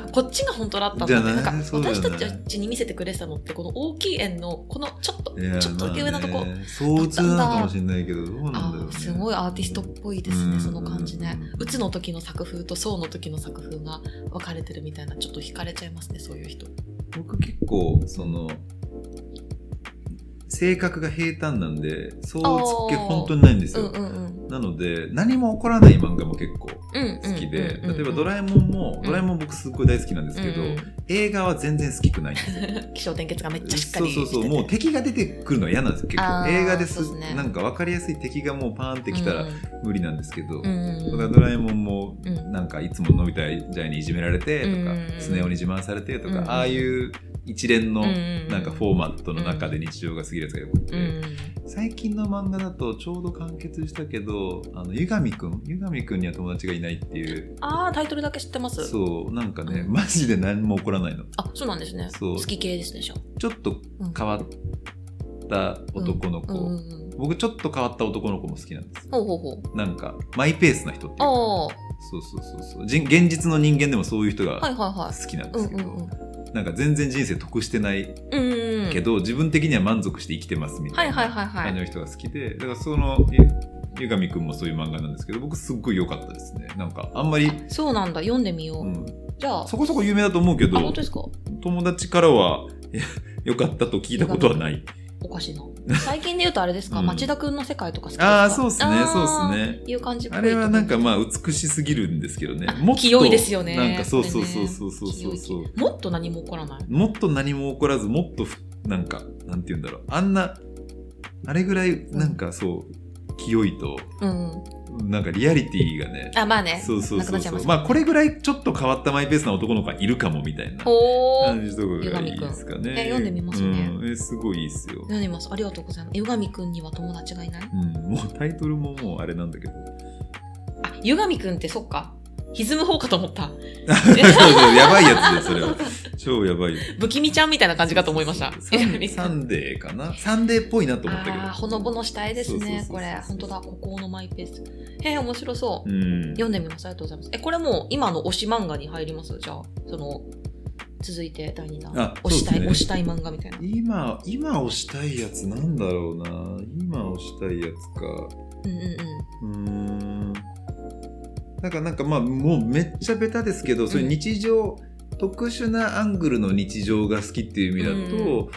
A: からこっちが本当だったんだって
B: じゃない
A: なんか
B: そうだよ
A: 私
B: ね
A: たちに見せてくれてたのってこの大きい円のこのちょっと
B: いや
A: ちょっとだけ上のとこ、
B: まあねそううつなのかもしれないけどどうなんだろう、
A: あ
B: ね、
A: ーすごいアーティストっぽいです
B: う
A: ね
B: ん
A: その感じねうつの時の作風とそうの時の作風が分かれてるみたいなちょっと惹かれちゃいますねそういう人
B: 僕結構その性格が平坦なんでそうつっけ
A: あー
B: 本当にないんです
A: うん
B: よ、
A: うんうん
B: なので何も起こらない漫画も結構
A: うん
B: 好きで、
A: うんうんうん
B: 例えば「ドラえもんも」
A: ん
B: ドラえもん僕すっごい大好きなんですけど、
A: うん
B: 映画は全然好きくないんですよ
A: うん気象点結がめっちゃしっか
B: そう
A: り
B: そうそ
A: し
B: う
A: てて
B: もう敵が出てくるのは嫌なんですよ結
A: あ
B: 構
A: ー
B: 映画です
A: そうですね
B: なんか分かりやすい敵がもうパーンってきた
A: う
B: ら
A: ん
B: 無理なんですけど、
A: うん
B: だからドラえもんも
A: うん
B: なんかいつものび太ジャイにいじめられてとか、
A: うん
B: スネ夫に自慢されてとか、
A: うん
B: ああいう一連の
A: うん
B: なんかフォーマットの中で日常が過ぎるやつがよくて、
A: うん
B: 最近の漫画だとちょうど完結したけどあの湯上くん湯上くんには友達がいないっていう
A: ああタイトルだけ知ってます
B: そうなんかね
A: うん
B: マジで何も起こらないの
A: あそうなんですね
B: そう
A: 好き系ですねじゃあ
B: ちょっと
A: うん
B: 変わった男の子、
A: うんうんうん
B: 僕ちょっと変わった男の子も好きなんです
A: ほうほうほう
B: なんかマイペースな人っていうか
A: あ
B: そうそうそうそう人現実の人間でもそういう人
A: あーはい
B: が
A: は
B: 好きなん
A: い
B: で
A: はい
B: す
A: う
B: け
A: んう
B: ど、
A: んうん
B: なんか全然人生得してない
A: うんうんうん
B: けど、自分的には満足して生きてますみた
A: はい
B: い
A: はい
B: な
A: はいは
B: 感じ
A: い
B: の人が好きでだからその湯上くんもそういう漫画なんですけど僕すっごい良かったですねなんかあんまり、
A: そうなんだ読んでみよう、
B: うん、
A: じゃあ
B: そこそこ有名だと思うけ
A: あ
B: ど
A: 本当ですか
B: 友達からは え良かったと聞いたことはない
A: おかしいな最近で言うとあれですか、
B: うん
A: 町田くんの世界とか好きですか
B: ああそうっすねそうっす
A: ね
B: ね
A: いう感じっぽい
B: あれはなんかまあ美しすぎるんですけどね
A: あ
B: もっと
A: 器用いですよね
B: なんかそうそう
A: こ
B: そ
A: れ
B: う
A: ね
B: そうそうそうそう
A: もっと何も起こらない
B: もっと何も起こらずもっとふなんかなんて言うんだろうあんなあれぐらいなんかそう清いと
A: うん
B: なんかリアリティがね
A: あまあね
B: そうそう
A: なく
B: そ
A: なっ
B: う
A: ちゃい
B: そ
A: ま
B: う
A: す
B: まあこれぐらいちょっと変わったマイペースな男の子がいるかもみたいな
A: ほー
B: 感じとかがいいですかね
A: え読んでみますね
B: うんえすごいいいですよ、
A: 読んでみますありがとうございます湯上くんには友達がいない
B: うん、もうタイトルももうあれなん だけど
A: あ湯上くんってそっか歪む方かと思った
B: そうそうやばいやつだよそれは超やばい
A: 不気味ちゃんみたいな感じかと思いました
B: そうそ
A: 湯
B: うそ う
A: 上
B: サ
A: くん
B: ンデーかなサンデーっぽいなと思ったけど
A: あーほのぼのした絵です
B: そうそうそう
A: ね
B: そう
A: これ本当だ孤高のマイペースへえ面白そううん読んでみますありがとうございますえこれもう今の推し漫画に入りますじゃあその続いて第2弾
B: あ
A: 推したい、
B: そうですね
A: 推したい漫画みたいな
B: 今今押したいやつなんだろうな今押したいやつか
A: うんうんうん
B: うーんなんかなんかまあもうめっちゃベタですけど、そういう日常特殊なアングルの日常が好きっていう意味だと、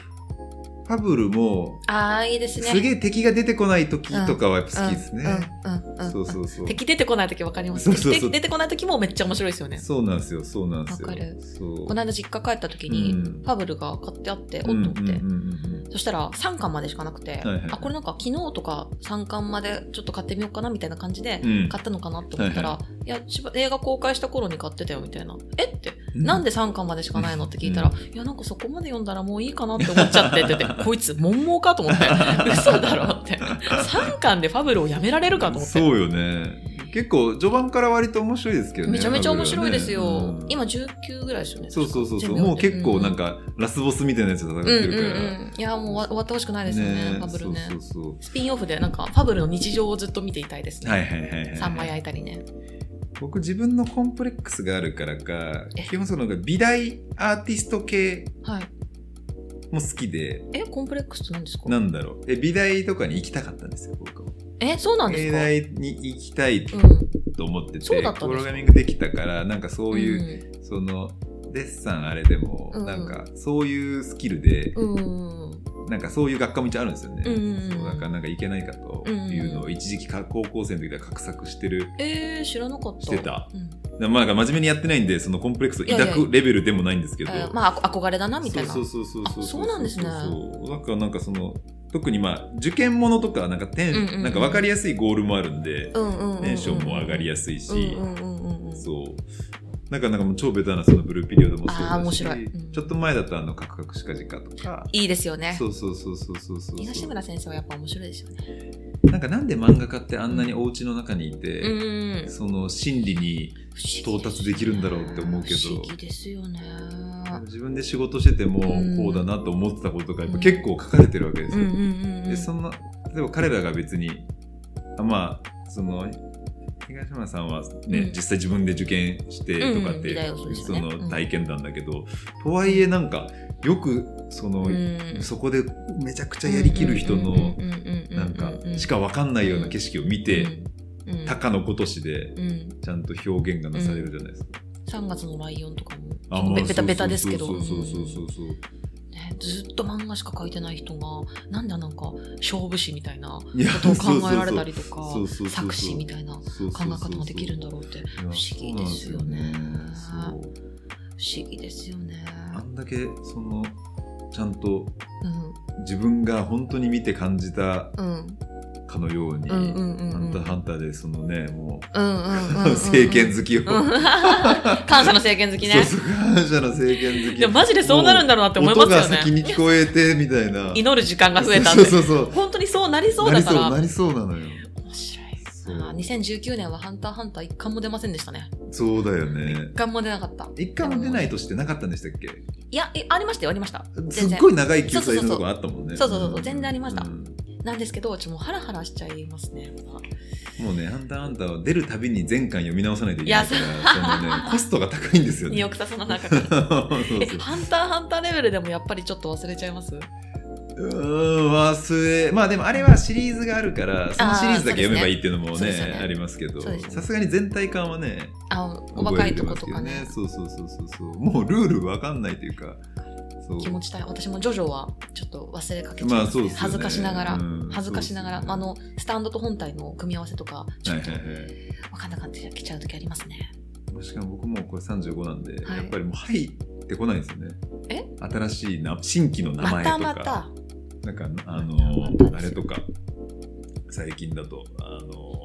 B: ファブルも
A: ああいいですね
B: すげえ敵が出てこない時とかはやっぱ好きですね、
A: うんうんうんうん
B: そうそうそう
A: 敵出てこない時わかります
B: そうそうそう
A: 敵出てこない時もめっちゃ面白いですよね
B: そうなんですよそうなんですよ
A: わかる
B: そう
A: この間実家帰った時に、
B: うん
A: ファブルが買ってあっておっと
B: うん
A: 思って、
B: うんうんうんうん
A: そしたら3巻までしかなくて、
B: いはいはい
A: あこれなんか昨日とか3巻までちょっと買ってみようかなみたいな感じで
B: うん
A: 買ったのかなと思ったら、
B: はい
A: やしば映画公開した頃に買ってたよみたいなえって
B: うん
A: なんで3巻までしかないのって聞いたら、いや、なんかそこまで読んだらもういいかなって思っちゃ ってって言って、こいつ、文盲かと思って、嘘だろって。3巻でファブルをやめられるかと思って。
B: そうよね結構序盤から割と面白いですけどね
A: めちゃめちゃ面白いです
B: ファブ
A: よ
B: ルは。ねうん
A: 今19ぐらいですよね。
B: そうそうそうそう
A: 全部
B: もう
A: 読んで
B: 結構なん、かラスボスみたいなやつと戦
A: うん
B: っ
A: う
B: て
A: んう
B: る
A: ん
B: から、
A: うん。いや、もうわ終わってほしくないですよね、ファブルね。
B: そうそうそ
A: スピンオフで、なんか、ファブルの日常をずっと見ていたいです
B: う
A: ね。
B: はいはいはいはい
A: 三枚焼いたりね。
B: 僕自分のコンプレックスがあるからか
A: え
B: 基本そのなんか美大アーティスト系
A: はい。
B: も好きで
A: え、コンプレックスって何ですか
B: なんだろうえ美大とかに行きたかったんですよ僕は
A: え、そうなん
B: 美
A: で
B: 大に行きたい
A: すかうん。
B: と思って
A: そ
B: て、
A: うだったんですか
B: プログラミングできたからなんかそういう、
A: う
B: そのデッサンあれでも、
A: うん
B: なんかそういうスキルで、
A: ん。うん。
B: なんかそういう学科道あるんですよね、
A: うんうんうん
B: そうだからなんかいけないかというのを一時期か高校生の時では画策してる
A: えー、知らなかった。
B: してた
A: うん。
B: なまあ、なんか真面目にやってないんでそのコンプレックスを抱くレベルでもないんですけど
A: えーまああこ憧れだなみたいな
B: そうそうそうそ
A: あ
B: う
A: そうなんですね
B: そうだからなんかその特にまあ受験ものとかなんかテン、
A: うんうんうん
B: なんか分かりやすいゴールもあるんで、
A: うんうんうんうん
B: テンションも上がりやすいし、
A: うんうんうんうんうん
B: そう。なんか、なんかもう超ベタなそのブルーピリオドもそうだし
A: あー面白いうん
B: ちょっと前だとあの、カクカクシカジカとか。
A: いいですよね
B: そうそうそうそうそうそう。
A: 東村先生はやっぱ面白いですよね
B: なんかなんで漫画家ってあんなにお家の中にいて、
A: うん
B: その心理に到達できるんだろうって思うけど
A: 不思議ですよね
B: 自分で仕事してても
A: うん
B: こうだなと思ってたことがやっぱ結構書かれてるわけで
A: う
B: す
A: んう
B: よ。
A: んうんうん
B: でそんな例えば彼らが別にあまあその東村さんはね、
A: うん
B: 実際自分で受験してとかっ
A: うんうん美
B: て、
A: 大をそうです
B: そ
A: よね
B: の体験談だけど、とはいえなんかよくそ
A: う
B: の、
A: ん
B: そこでめちゃくちゃやりきる人の
A: うんうんうんうん
B: なんか
A: うんうんうん
B: しかわかんないような景色を見て、
A: うん
B: たかのことしで
A: うん
B: ちゃんと表現がなされるじゃないですか。
A: 3月のライオンとかも
B: あ
A: 結構
B: まあ
A: ベベタベタですけど
B: そうそうそうそうそうそう。
A: うんねずっと漫画しか描いてない人がなんでなんか勝負師みたいなこ
B: いや
A: とを考えられたりとか
B: そうそうそうそう
A: 作詞みたいな考
B: そうそ
A: え
B: うそうそう
A: 方ができるんだろうって不思議ですよね
B: いやそうなんですよねそう
A: 不思議ですよね。
B: あんだけそのちゃんと
A: うん
B: 自分が本当に見て感じた
A: うん
B: かのように「
A: うんうんうんうん
B: ハンターハンター」でそのねも
A: うんうんうんう
B: う
A: ん
B: 政権好きを、
A: うん 感謝の政権好きね
B: そうそう感謝の政権好き
A: でもマジでそうなるんだろうなって思います
B: 音が
A: よ
B: 先に
A: ね
B: 聞こえてみたいな
A: 祈る時間が増えたん
B: そう
A: で
B: そうそう
A: 本当にそうなりそう
B: な
A: だ
B: り
A: か
B: そうな
A: ら
B: りそうなのよ
A: 面白い
B: そう
A: あー2019年は「ハンターハンター」一巻も出ませんでしたね
B: そうだよね
A: 一巻も出なかった
B: 一回も出ない年ってなかったんでしたっけ
A: いやえありましたよありました全
B: す
A: 然
B: っごい長い救済のとこあったもんね
A: そうそうそうそう全然ありました
B: ん
A: なんですけどちょっともうハラハラしちゃいますね
B: もうね、ハンターハンターは出るたびに全巻読み直さないといけないから、その ね、コストが高いんですよ
A: 二
B: ね。
A: 億さその中から
B: そう
A: え
B: そう
A: ハンターハンターレベルでもやっぱりちょっと忘れちゃいます
B: うーん、忘れ。まあでもあれはシリーズがあるから、そのシリーズだけ読めばいいっていうのも
A: そう
B: ね、
A: ですね
B: ありますけど
A: そうですね、
B: さすがに全体感はね、
A: あ細かいとこ
B: 覚
A: と
B: え
A: か
B: て
A: ね
B: ますけどそうそうそうそうそう。もうルールわかんないというか、そ
A: 気持
B: う。
A: ちたい私もジョジョはちょっと忘れかけちゃい
B: ま
A: ま
B: あ
A: す
B: そう
A: ね
B: ですよね。
A: 恥ずかしながら
B: うん
A: 恥ずかしながら、
B: そう
A: あ
B: そう
A: のスタンドと本体の組み合わせとかちょっと
B: はいはいはい。
A: 分かんなかったきちゃう時ありますね
B: しかも僕もうこれ35なんで、
A: はい
B: やっぱりもう入ってこないんですよね。
A: え
B: 新しいな新規の名
A: ま
B: 前と
A: た
B: か、
A: また
B: なんかあの
A: またまた
B: あれとか最近だとあの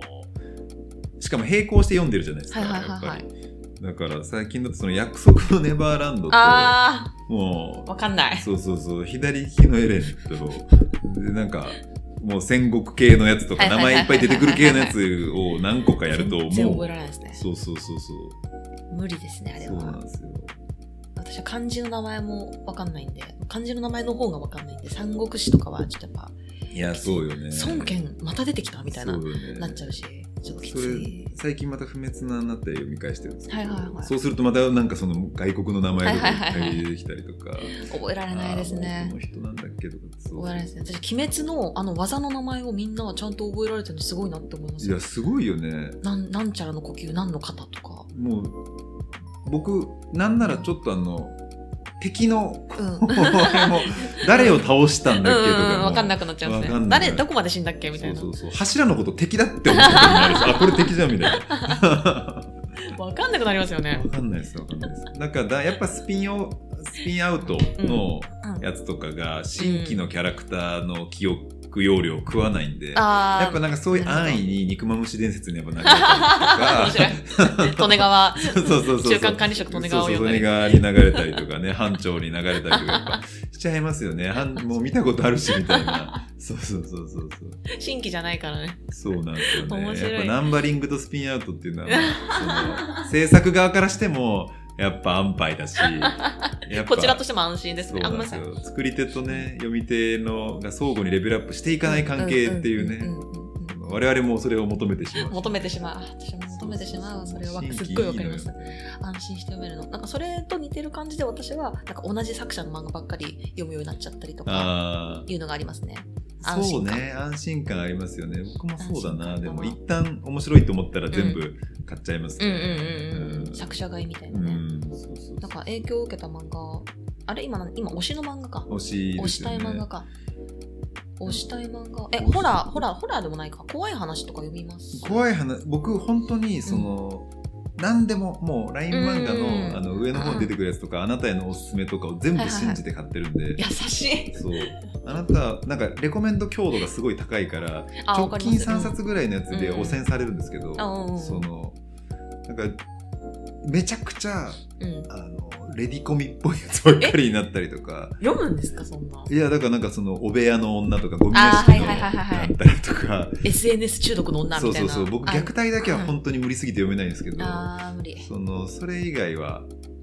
B: しかも並行して読んでるじゃないですか、
A: はいはいはいはい
B: やっぱり。だから最近だとその約束のネバーランドと
A: あ
B: も
A: ーわかんな
B: う
A: い
B: そうそうそう左利きのエレンとでなんか。もう戦国系のやつとか
A: はい
B: 名
A: はいはい
B: 前
A: はい
B: いっぱい出てくる系のやつを何個かやると
A: 全然
B: も
A: 覚
B: う
A: えられないですね
B: そうそうそうそう
A: 無理ですねあれ
B: そうなん
A: は
B: ですよ
A: 私は漢字の名前もわかんないんで漢字の名前の方がわかんないんで三国志とかはちょっとやっぱ
B: いや、そうよね。
A: 孫権また出てきたみたいな、
B: そうよね
A: なっちゃうしちょっとき
B: そ
A: つい
B: れ、最近また不滅ななって読み返してるんですけど、
A: はいはいはい
B: そうするとまたなんかその外国の名前とか
A: はいはいはいはい
B: いっぱい出てきたりとか。
A: 覚えられないです
B: あー
A: ね
B: この人なんだっけとかってそう
A: 覚えられないですね私鬼滅のあの技の名前をみんなちゃんと覚えられてるのすごいなって思います
B: いや、すごいよね。
A: なんなんちゃらの呼吸なんの型とか
B: もう、僕、なんならちょっとあの、敵の、
A: うん
B: もう誰を倒したんだっけとかも。
A: 分かんなくなっちゃうんです
B: わか
A: ね
B: んない
A: 誰どこまで死んだっけみたいな
B: そうそうそう。柱のこと敵だっ て思ってる時もあるし、あ、これ敵じゃんみたいな。
A: 分かんなくなりますよね
B: わかんないですわかんないです。なんかだやっぱスピンをスピンアウトの
A: うん
B: やつとかが新規のキャラクターの記憶容量を食わないんで、や
A: あー
B: っぱなんかそういう安易に肉まむし伝説にやっぱなり
A: 面白い利根川
B: そうそうそうそう
A: 中間管理職利根川を
B: そう
A: 呼ん
B: そう
A: だ
B: 利根
A: り
B: 川に流 れたりとかね班長に流れたりとかやっぱしちゃいますよね はんもう見たことあるしみたいなそうそうそうそうそう
A: 新規じゃないからね
B: そうなんですよ
A: 面
B: ね。
A: 白い
B: やっぱナンバリングとスピンアウトっていうのは、その制作側からしても、やっぱ安牌だし、やっぱ
A: こちらとしても安心です
B: そう
A: ねあ
B: なんん
A: ま
B: で
A: り
B: す
A: さ
B: よ。作り手とね、読み手のが相互にレベルアップしていかない関係っていうね、
A: んんうんうんうん
B: 我々もそれを求めてしまう。
A: 求めてしまうあ私も求めてしまうそれは
B: 新
A: す
B: 規
A: っごいわかりま
B: い
A: す
B: いのよ
A: 安心して読めるのなんかそれと似てる感じで私はなんか同じ作者の漫画ばっかり読むようになっちゃったりとか
B: あ
A: いうのがありますね
B: あ、
A: 安
B: そう
A: 心感
B: ね、安心感ありますよね。僕もそうだな。
A: 安心感
B: でも
A: だな
B: 一旦面白いと思ったら全部買っちゃいます
A: うん
B: ね。
A: うんうんう
B: うんん
A: 作者買いみたいな
B: う
A: ね
B: ん、そうそう
A: なんか影響を受けた漫画あれ今何今推しの漫画か
B: 推し
A: 推
B: です
A: した
B: よね
A: い漫画か推したい漫画え
B: 推し
A: ホラーホラーホラーでもないか怖い話とか読みます
B: 怖い話僕本当にその、何でももう LINE 漫画の,、
A: うん
B: あの上の方に出てくるやつとか、あなたへのおすすめとかを全部信じて買ってるんで、
A: 優しい
B: そうあなたなんかレコメンド強度がすごい高いから
A: あわ
B: 直
A: かり
B: 近
A: ます
B: 3冊ぐらいのやつで汚染されるんですけど、
A: うんうんうん
B: そのなんかめちゃくちゃ、
A: うん、
B: あの、レディコミっぽいやつばっかりになったりとか、
A: 読むんですかそんな。
B: いや、だからなんかその、お部屋の女とか、ゴミ屋
A: あー
B: 敷の
A: はいはいはいはい
B: だったりとか、
A: SNS 中毒の女
B: そ
A: み
B: う
A: た
B: そ
A: いうな。
B: そう、僕、
A: あ
B: 虐待だけは本当に無理すぎて読めないんですけど、
A: あー無理。
B: その、それ以外は、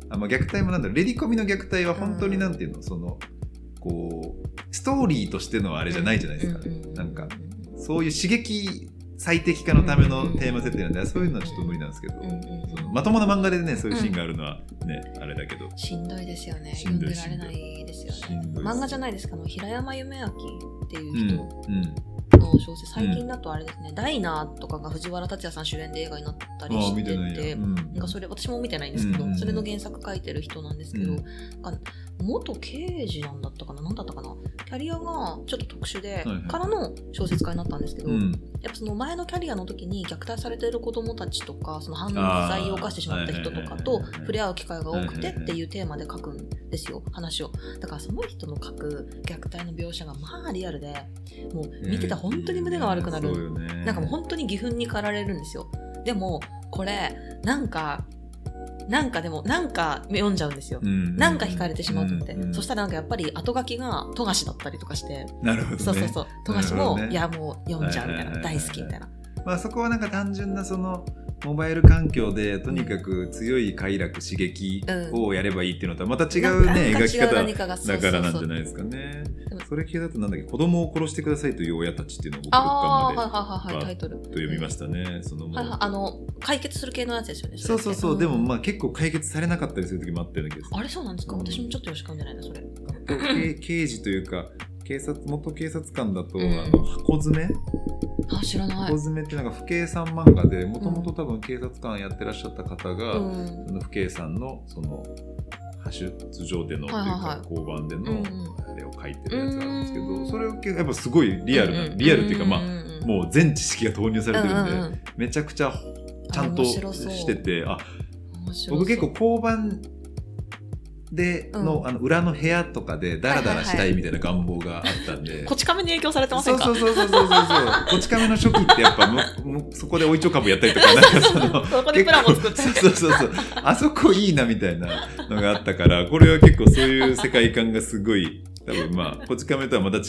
B: あまあ、虐待もなんだろう、レディコミの虐待は本当になんていうの、その、こう、ストーリーとしてのあ
A: あ
B: れじゃないじゃないですか。なんか、そういう刺激最適化
A: うん
B: のためのテーマ設定なんで、そういうのはちょっと無理なんですけど、
A: うんうん
B: そのまともな漫画でね、そういうシーンがあるのはね、あれだけど、
A: しんどいですよね。
B: し
A: 読
B: ん
A: ん
B: どい
A: でられないですよ
B: し
A: ね。
B: んどい
A: 漫画じゃ
B: な
A: な
B: い
A: いですか、あの平山夢明っていう
B: う
A: 人
B: ん、
A: の
B: うん。
A: 小説、最近だとあれですね、ダイナーとかが藤原竜也さん主演で映画になったり
B: ああ、
A: して
B: 見
A: て、
B: てないや。うん。
A: なんかそれ私も見てないんですけど、
B: うんうんうん
A: それの原作書いてる人なんですけど、
B: うん
A: なんか元刑事なんだったかな何だったかなキャリアがちょっと特殊で、
B: いはい
A: からの小説家になったんですけど、
B: うん、
A: やっぱその前のキャリアの時に虐待されてる子どもたちとかその犯罪を犯してしまった人とか
B: あーはいはい
A: と
B: はいはい
A: 触れ合う機会が多くて
B: はいはいはい
A: っていうテーマで書くんですよ話をだからその人の書く虐待の描写がまあリアルでもう見てたら本当に胸が悪くなる、
B: そうよね。
A: なんかもう本当に義憤に駆られるんですよでもこれなんかなんかでもなんか読んじゃうんですよ、
B: うん
A: なんか惹かれてしまうと思って、
B: うん
A: そしたらなんかやっぱり後書きが富樫だったりとかして、
B: なるほど、ね。
A: そうそうそう富樫も、
B: なるほどね
A: いやもう読んじゃうみたい
B: はい
A: な
B: はいはいは
A: 大
B: い
A: 好きみたいな
B: まあそこはなんか単純なそのモバイル環境でとにかく強い快楽刺激をやればいいっていうのとはまた違うね、
A: なんか
B: 描き
A: 違う
B: 方
A: 何かがそうそ
B: だか
A: うそ
B: ら
A: う
B: なんじゃないですかね
A: でも。
B: それ系だとなんだっけ子供を殺してくださいという親たちっていうのを僕
A: ああ
B: どっか
A: ーはいはいはいはい
B: まあ
A: タイトル
B: までと読みましたね。そのもう
A: はいはいあの解決する系のやつですよね
B: そうそうそう、
A: れ
B: で
A: って
B: も
A: ん
B: まあ結構解決されなかったりする時もあったような気がする。
A: あれそうなんですか、
B: うん
A: 私もちょっとよろしかんじゃないなそれ
B: あと け刑事というか警察元警察官だと、
A: うん
B: あの箱詰め
A: あ知らない
B: 箱詰めってなんか不敬さん漫画でもともと多分警察官やってらっしゃった方が、
A: うん
B: その父兄さんのその派出所でのという
A: はいはいはい
B: か交番で
A: うんう
B: の
A: ん
B: あれを書いてるやつがあるんですけど、
A: うん
B: それを結構やっぱすごいリアルな、
A: んん
B: リアルっていうかまあ、
A: んんん
B: もう全知識が投入されてるんで、
A: うんうんうん
B: めちゃくちゃちゃんと
A: 面白そう
B: しててあ
A: 面白そう
B: 僕結構交番での,、
A: うん
B: あの裏の部屋とかでダラダラし
A: はい
B: た
A: はい
B: い
A: は
B: みたいな願望があったんで。
A: こち亀に影響されてませ
B: そ
A: ん
B: う
A: か
B: そうそうそうそうそうこち亀の初期ってやっぱむむそこでおいちょ株やったりとかなんかその
A: そ こでプラモ作ったり
B: 結構そうそうそうそうあそこいいなみたいなのがあったからこれは結構そういう世界観がすごい多分まあこち亀とはまた違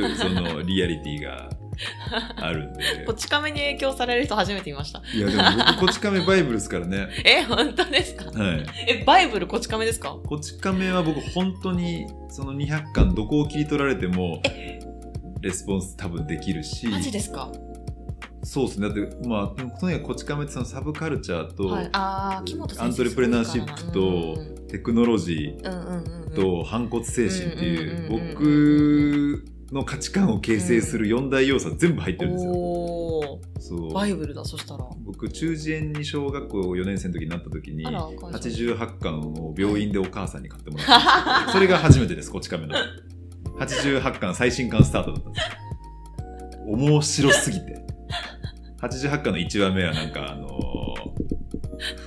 B: うそのリアリティがあるんで
A: こち亀に影響される人初めて見ました。
B: いやでも僕こち亀バイブルですからね
A: え、本当ですか
B: はい
A: え、バイブルこち亀ですか
B: こち亀は僕本当にその200巻どこを切り取られてもレスポンス多分できるし
A: マジですか
B: そうですねだってまあでもとにかくこち亀ってそのサブカルチャーと、
A: はい。ああ、木本先生
B: アントレプレナーシップとテクノロジ
A: うんうんうんうん。
B: ーと反骨精神っていう
A: うんうんうんうん
B: 僕の価値観を形成する4大要素は全部入ってるんですよ。
A: お
B: そ
A: ーバ
B: う
A: イブルだ、そしたら。
B: 僕中耳炎に小学校4年生の時になった時に
A: あら、かわい そう。
B: 88巻を病院でお母さんに買ってもらったんですよそれが初めてですこち亀の88巻最新巻スタートだったんですよ面白すぎて88巻の1話目はなんかあのー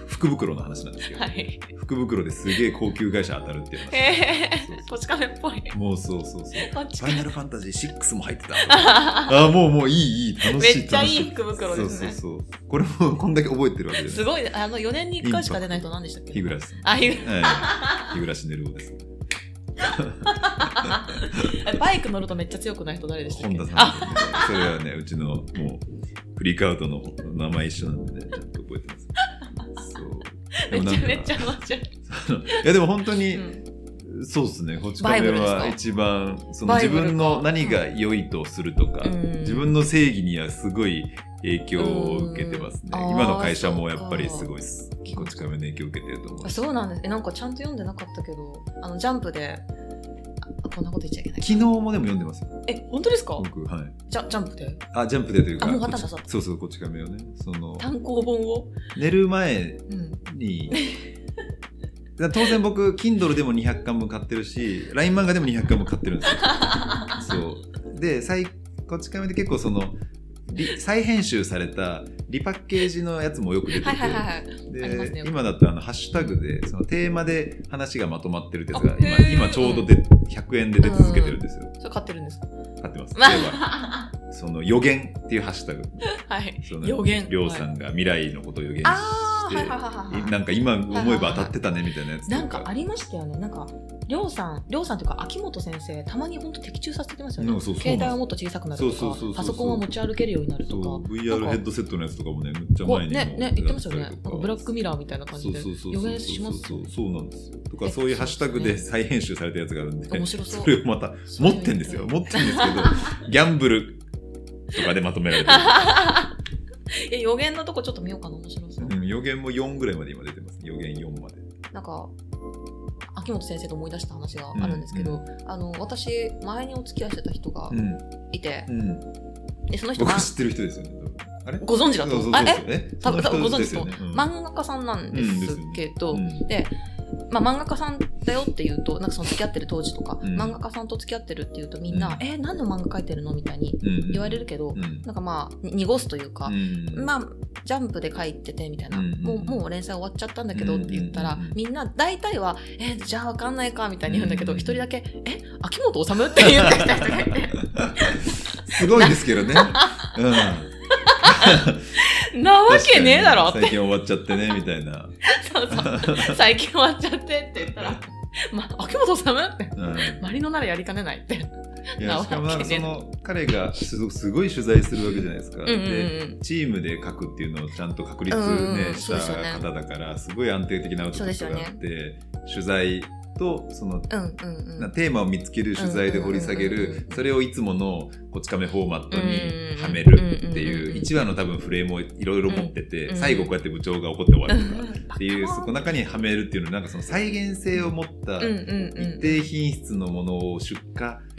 B: 福袋の話なんですよ、
A: はい。
B: 福袋ですげえ高級会社当たるっていう
A: へ
B: 話
A: え
B: そう、
A: こち亀っぽい。
B: もうそうそうそう
A: こっち
B: ファイナル
A: 亀。
B: ファンタジー6も入ってたああもうもういいいい楽しい
A: めっちゃいい
B: 楽し
A: 福袋ですね
B: そうそうそうこれもこんだけ覚えてるわけじゃ
A: す
B: ない
A: ごいね。あの、4年に1回しか出ないと何でしたっけ
B: 日暮さん
A: あ、日暮
B: はい日暮寝るおです
A: あ バイク乗るとめっちゃ強くなる人誰でしたっ
B: 本
A: け
B: 田
A: あ、
B: さんですね、それはねうちのもうフリークアウトの名前一緒なんでねちゃんと覚えてますそうで
A: め
B: も
A: っち
B: なん
A: ゃ
B: か
A: めっちゃ面白い。
B: いやでも本当に、
A: うん
B: そうですね、こち
A: バイブ
B: 亀
A: ルですか
B: は一番その
A: バイ
B: 自
A: ブルか
B: 分の何が良いとするとか、
A: うん
B: 自分の正義にはすごい影響を受けてますね。
A: うんあー
B: 今の会社もやっぱりすごいです
A: うか
B: こち亀の影響を受けてると思う
A: あ。そうなんですえなんかちゃんと読んでなかったけどあのジャンプであこんなこと言っちゃいけない
B: 昨日もでも読んでますよ、
A: え本当ですか
B: 僕。はい。
A: じゃジャンプで
B: あ、ジャンプでというか、
A: あもう終わったんだ
B: こちそうそう、こち亀をね、その、
A: 単行本を、
B: 寝る前
A: うん、
B: に、当然僕、Kindle でも200巻分買ってるし、LINE 漫画でも200巻分買ってるんですよ。 そう。で、最、こち亀で結構その、リ再編集されたリパッケージのやつもよく出てて、
A: はいはいはいはいありますね
B: で、今だったらあのハッシュタグで、そのテーマで話がまとまってるってやつが
A: あ、へー
B: 今、今ちょうどで、100円で出続けてるんですよ。
A: それ買ってるんですか
B: 買ってます。例
A: ま
B: え
A: あ
B: ば、その予言っていうハッシュタグ。
A: はい
B: その
A: 予言
B: りょうさ
A: はい
B: んが未来のことを予言し
A: あ
B: し
A: はいはいはいはい
B: て、なんか今思えば当たってたねみたいなやつ
A: なんかあ
B: り
A: りましたよね。なんか、りょうさん、りょうさんというか、秋元先生、たまに本当的中させてますよね。
B: うんそうそう
A: 携帯はもっと小さくなる
B: そう
A: と
B: そうそうそう
A: か、パソコンは持ち歩けるようになる
B: そ
A: とか
B: う、。VR ヘッドセットのやつとかもね、むっちゃ
A: こう
B: 前にも
A: ね、ね、言ってましたよね。
B: や
A: なん
B: り
A: か
B: とか
A: ブラックミラーみたいな感じで。
B: そうそうそうそう
A: 予言します
B: そ
A: よ
B: う
A: ね
B: そうなんですよと
A: え
B: かそういうハッシュタグで再編集されたやつがあるんで
A: 面白そう
B: それをまた持ってんですよ持ってんですけどギャンブルとかでまとめられて
A: え、予言のとこちょっと見ようかな、面白そう。
B: る、うん、予言も4ぐらいまで今出てます予言4まで
A: なんか、秋元先生と思い出した話があるんですけど、あの、私、前にお付き合いしてた人が
B: うん
A: いて、
B: うん
A: で、その人
B: 僕
A: が、
B: 知ってる人ですよね多分あれ
A: ご存知だと
B: そ
A: 思
B: う
A: う。
B: そ
A: あ
B: う、ですよ
A: え
B: ね
A: 多分、多分ご存知と
B: その
A: 思う
B: 人ですよねうん
A: 漫画家さんなんで
B: うんですすよね
A: けど
B: う、ん
A: で、まあ、漫画家さんだよって言うとなんかその付き合ってる当時とか、
B: うん
A: 漫画家さんと付き合ってるって言うとみんな「
B: うん
A: え何の漫画描いてるの?」みたいに
B: うん
A: 言われるけど、
B: うん
A: なんかまあに濁すというか、
B: うん
A: まあジャンプで書いててみたいな、
B: うんうん
A: もうもう連載終わっちゃったんだけどって言ったら、
B: うんうんうん
A: みんな大体は「えじゃあわかんないか」みたいに言うんだけど
B: うんうん
A: 一、人だけ「え秋元治?」って言ってきた人がいて
B: すごいですけどねうん
A: なわけねえだろっ
B: 確
A: て
B: かに最近終わっちゃってねみたいな、
A: そうそう最近終わっちゃってって言ったら「まあ、秋元治?」って
B: うん
A: 「マリノならやりかねない」って。
B: い
A: な
B: や
A: わ
B: しかもなんか
A: けね
B: その彼がすごすごい取材するわけじゃないですか、
A: うんうん
B: で
A: うん
B: チームで書くっていうのをちゃんと確立、ね
A: うんうんうん
B: し
A: そうですよね
B: た方だからすごい安定的なアウトプットがあって、
A: そう
B: 取材とその、
A: うんうんうん
B: なテーマを見つける取材で掘り下げ
A: うんうんうん
B: る
A: うん
B: それをいつものこち亀フォーマット
A: うんうん
B: にはめるって
A: うんうん
B: いううん1話の多分フレームをいろいろ持って
A: うんう
B: て
A: ん
B: 最後こうやって部長が怒って終わるとか
A: っ
B: っていうそこの中にはめるっていうのはなんかその再現性を持った一
A: 一
B: 定品質のものを出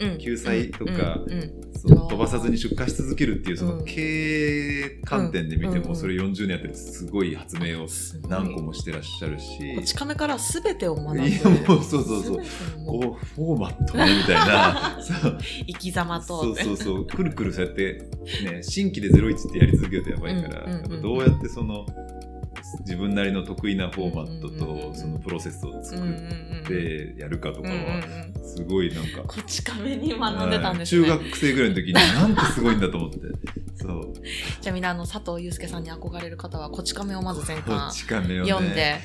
B: 荷、救済とか
A: うんうん
B: その
A: あー
B: 飛ばさずに出荷し続けるっていうその
A: うん
B: 経営観点で見て
A: うんうん
B: もそれ40年やってるすごい発明を
A: すごい
B: 何個もしてらっしゃるし
A: こち亀から全てを学んで
B: いやもうそうそうそ
A: 全
B: う
A: てのもう
B: こうフォーマットねみたい なそう
A: 生き様と
B: そうそうそうくるくるそうやって、ね、新規で01ってやり続けるとやばいから
A: うんうんう
B: や
A: ん
B: っぱどうやってその自分なりの得意なフォーマッ
A: うんうんう
B: ト
A: ん
B: とそのプロセスを
A: うんう
B: 作
A: ん
B: ってやるかと
A: うんう
B: か
A: んうん
B: は
A: うん
B: すごいなんか
A: こち亀に学んでたんです
B: 中
A: ね、
B: 学生ぐらいの時になんてすごいんだと思ってそう
A: じゃあみんなあの佐藤祐介さんに憧れる方はこち亀をまず全
B: こ
A: 巻
B: っちかねよね
A: 読んで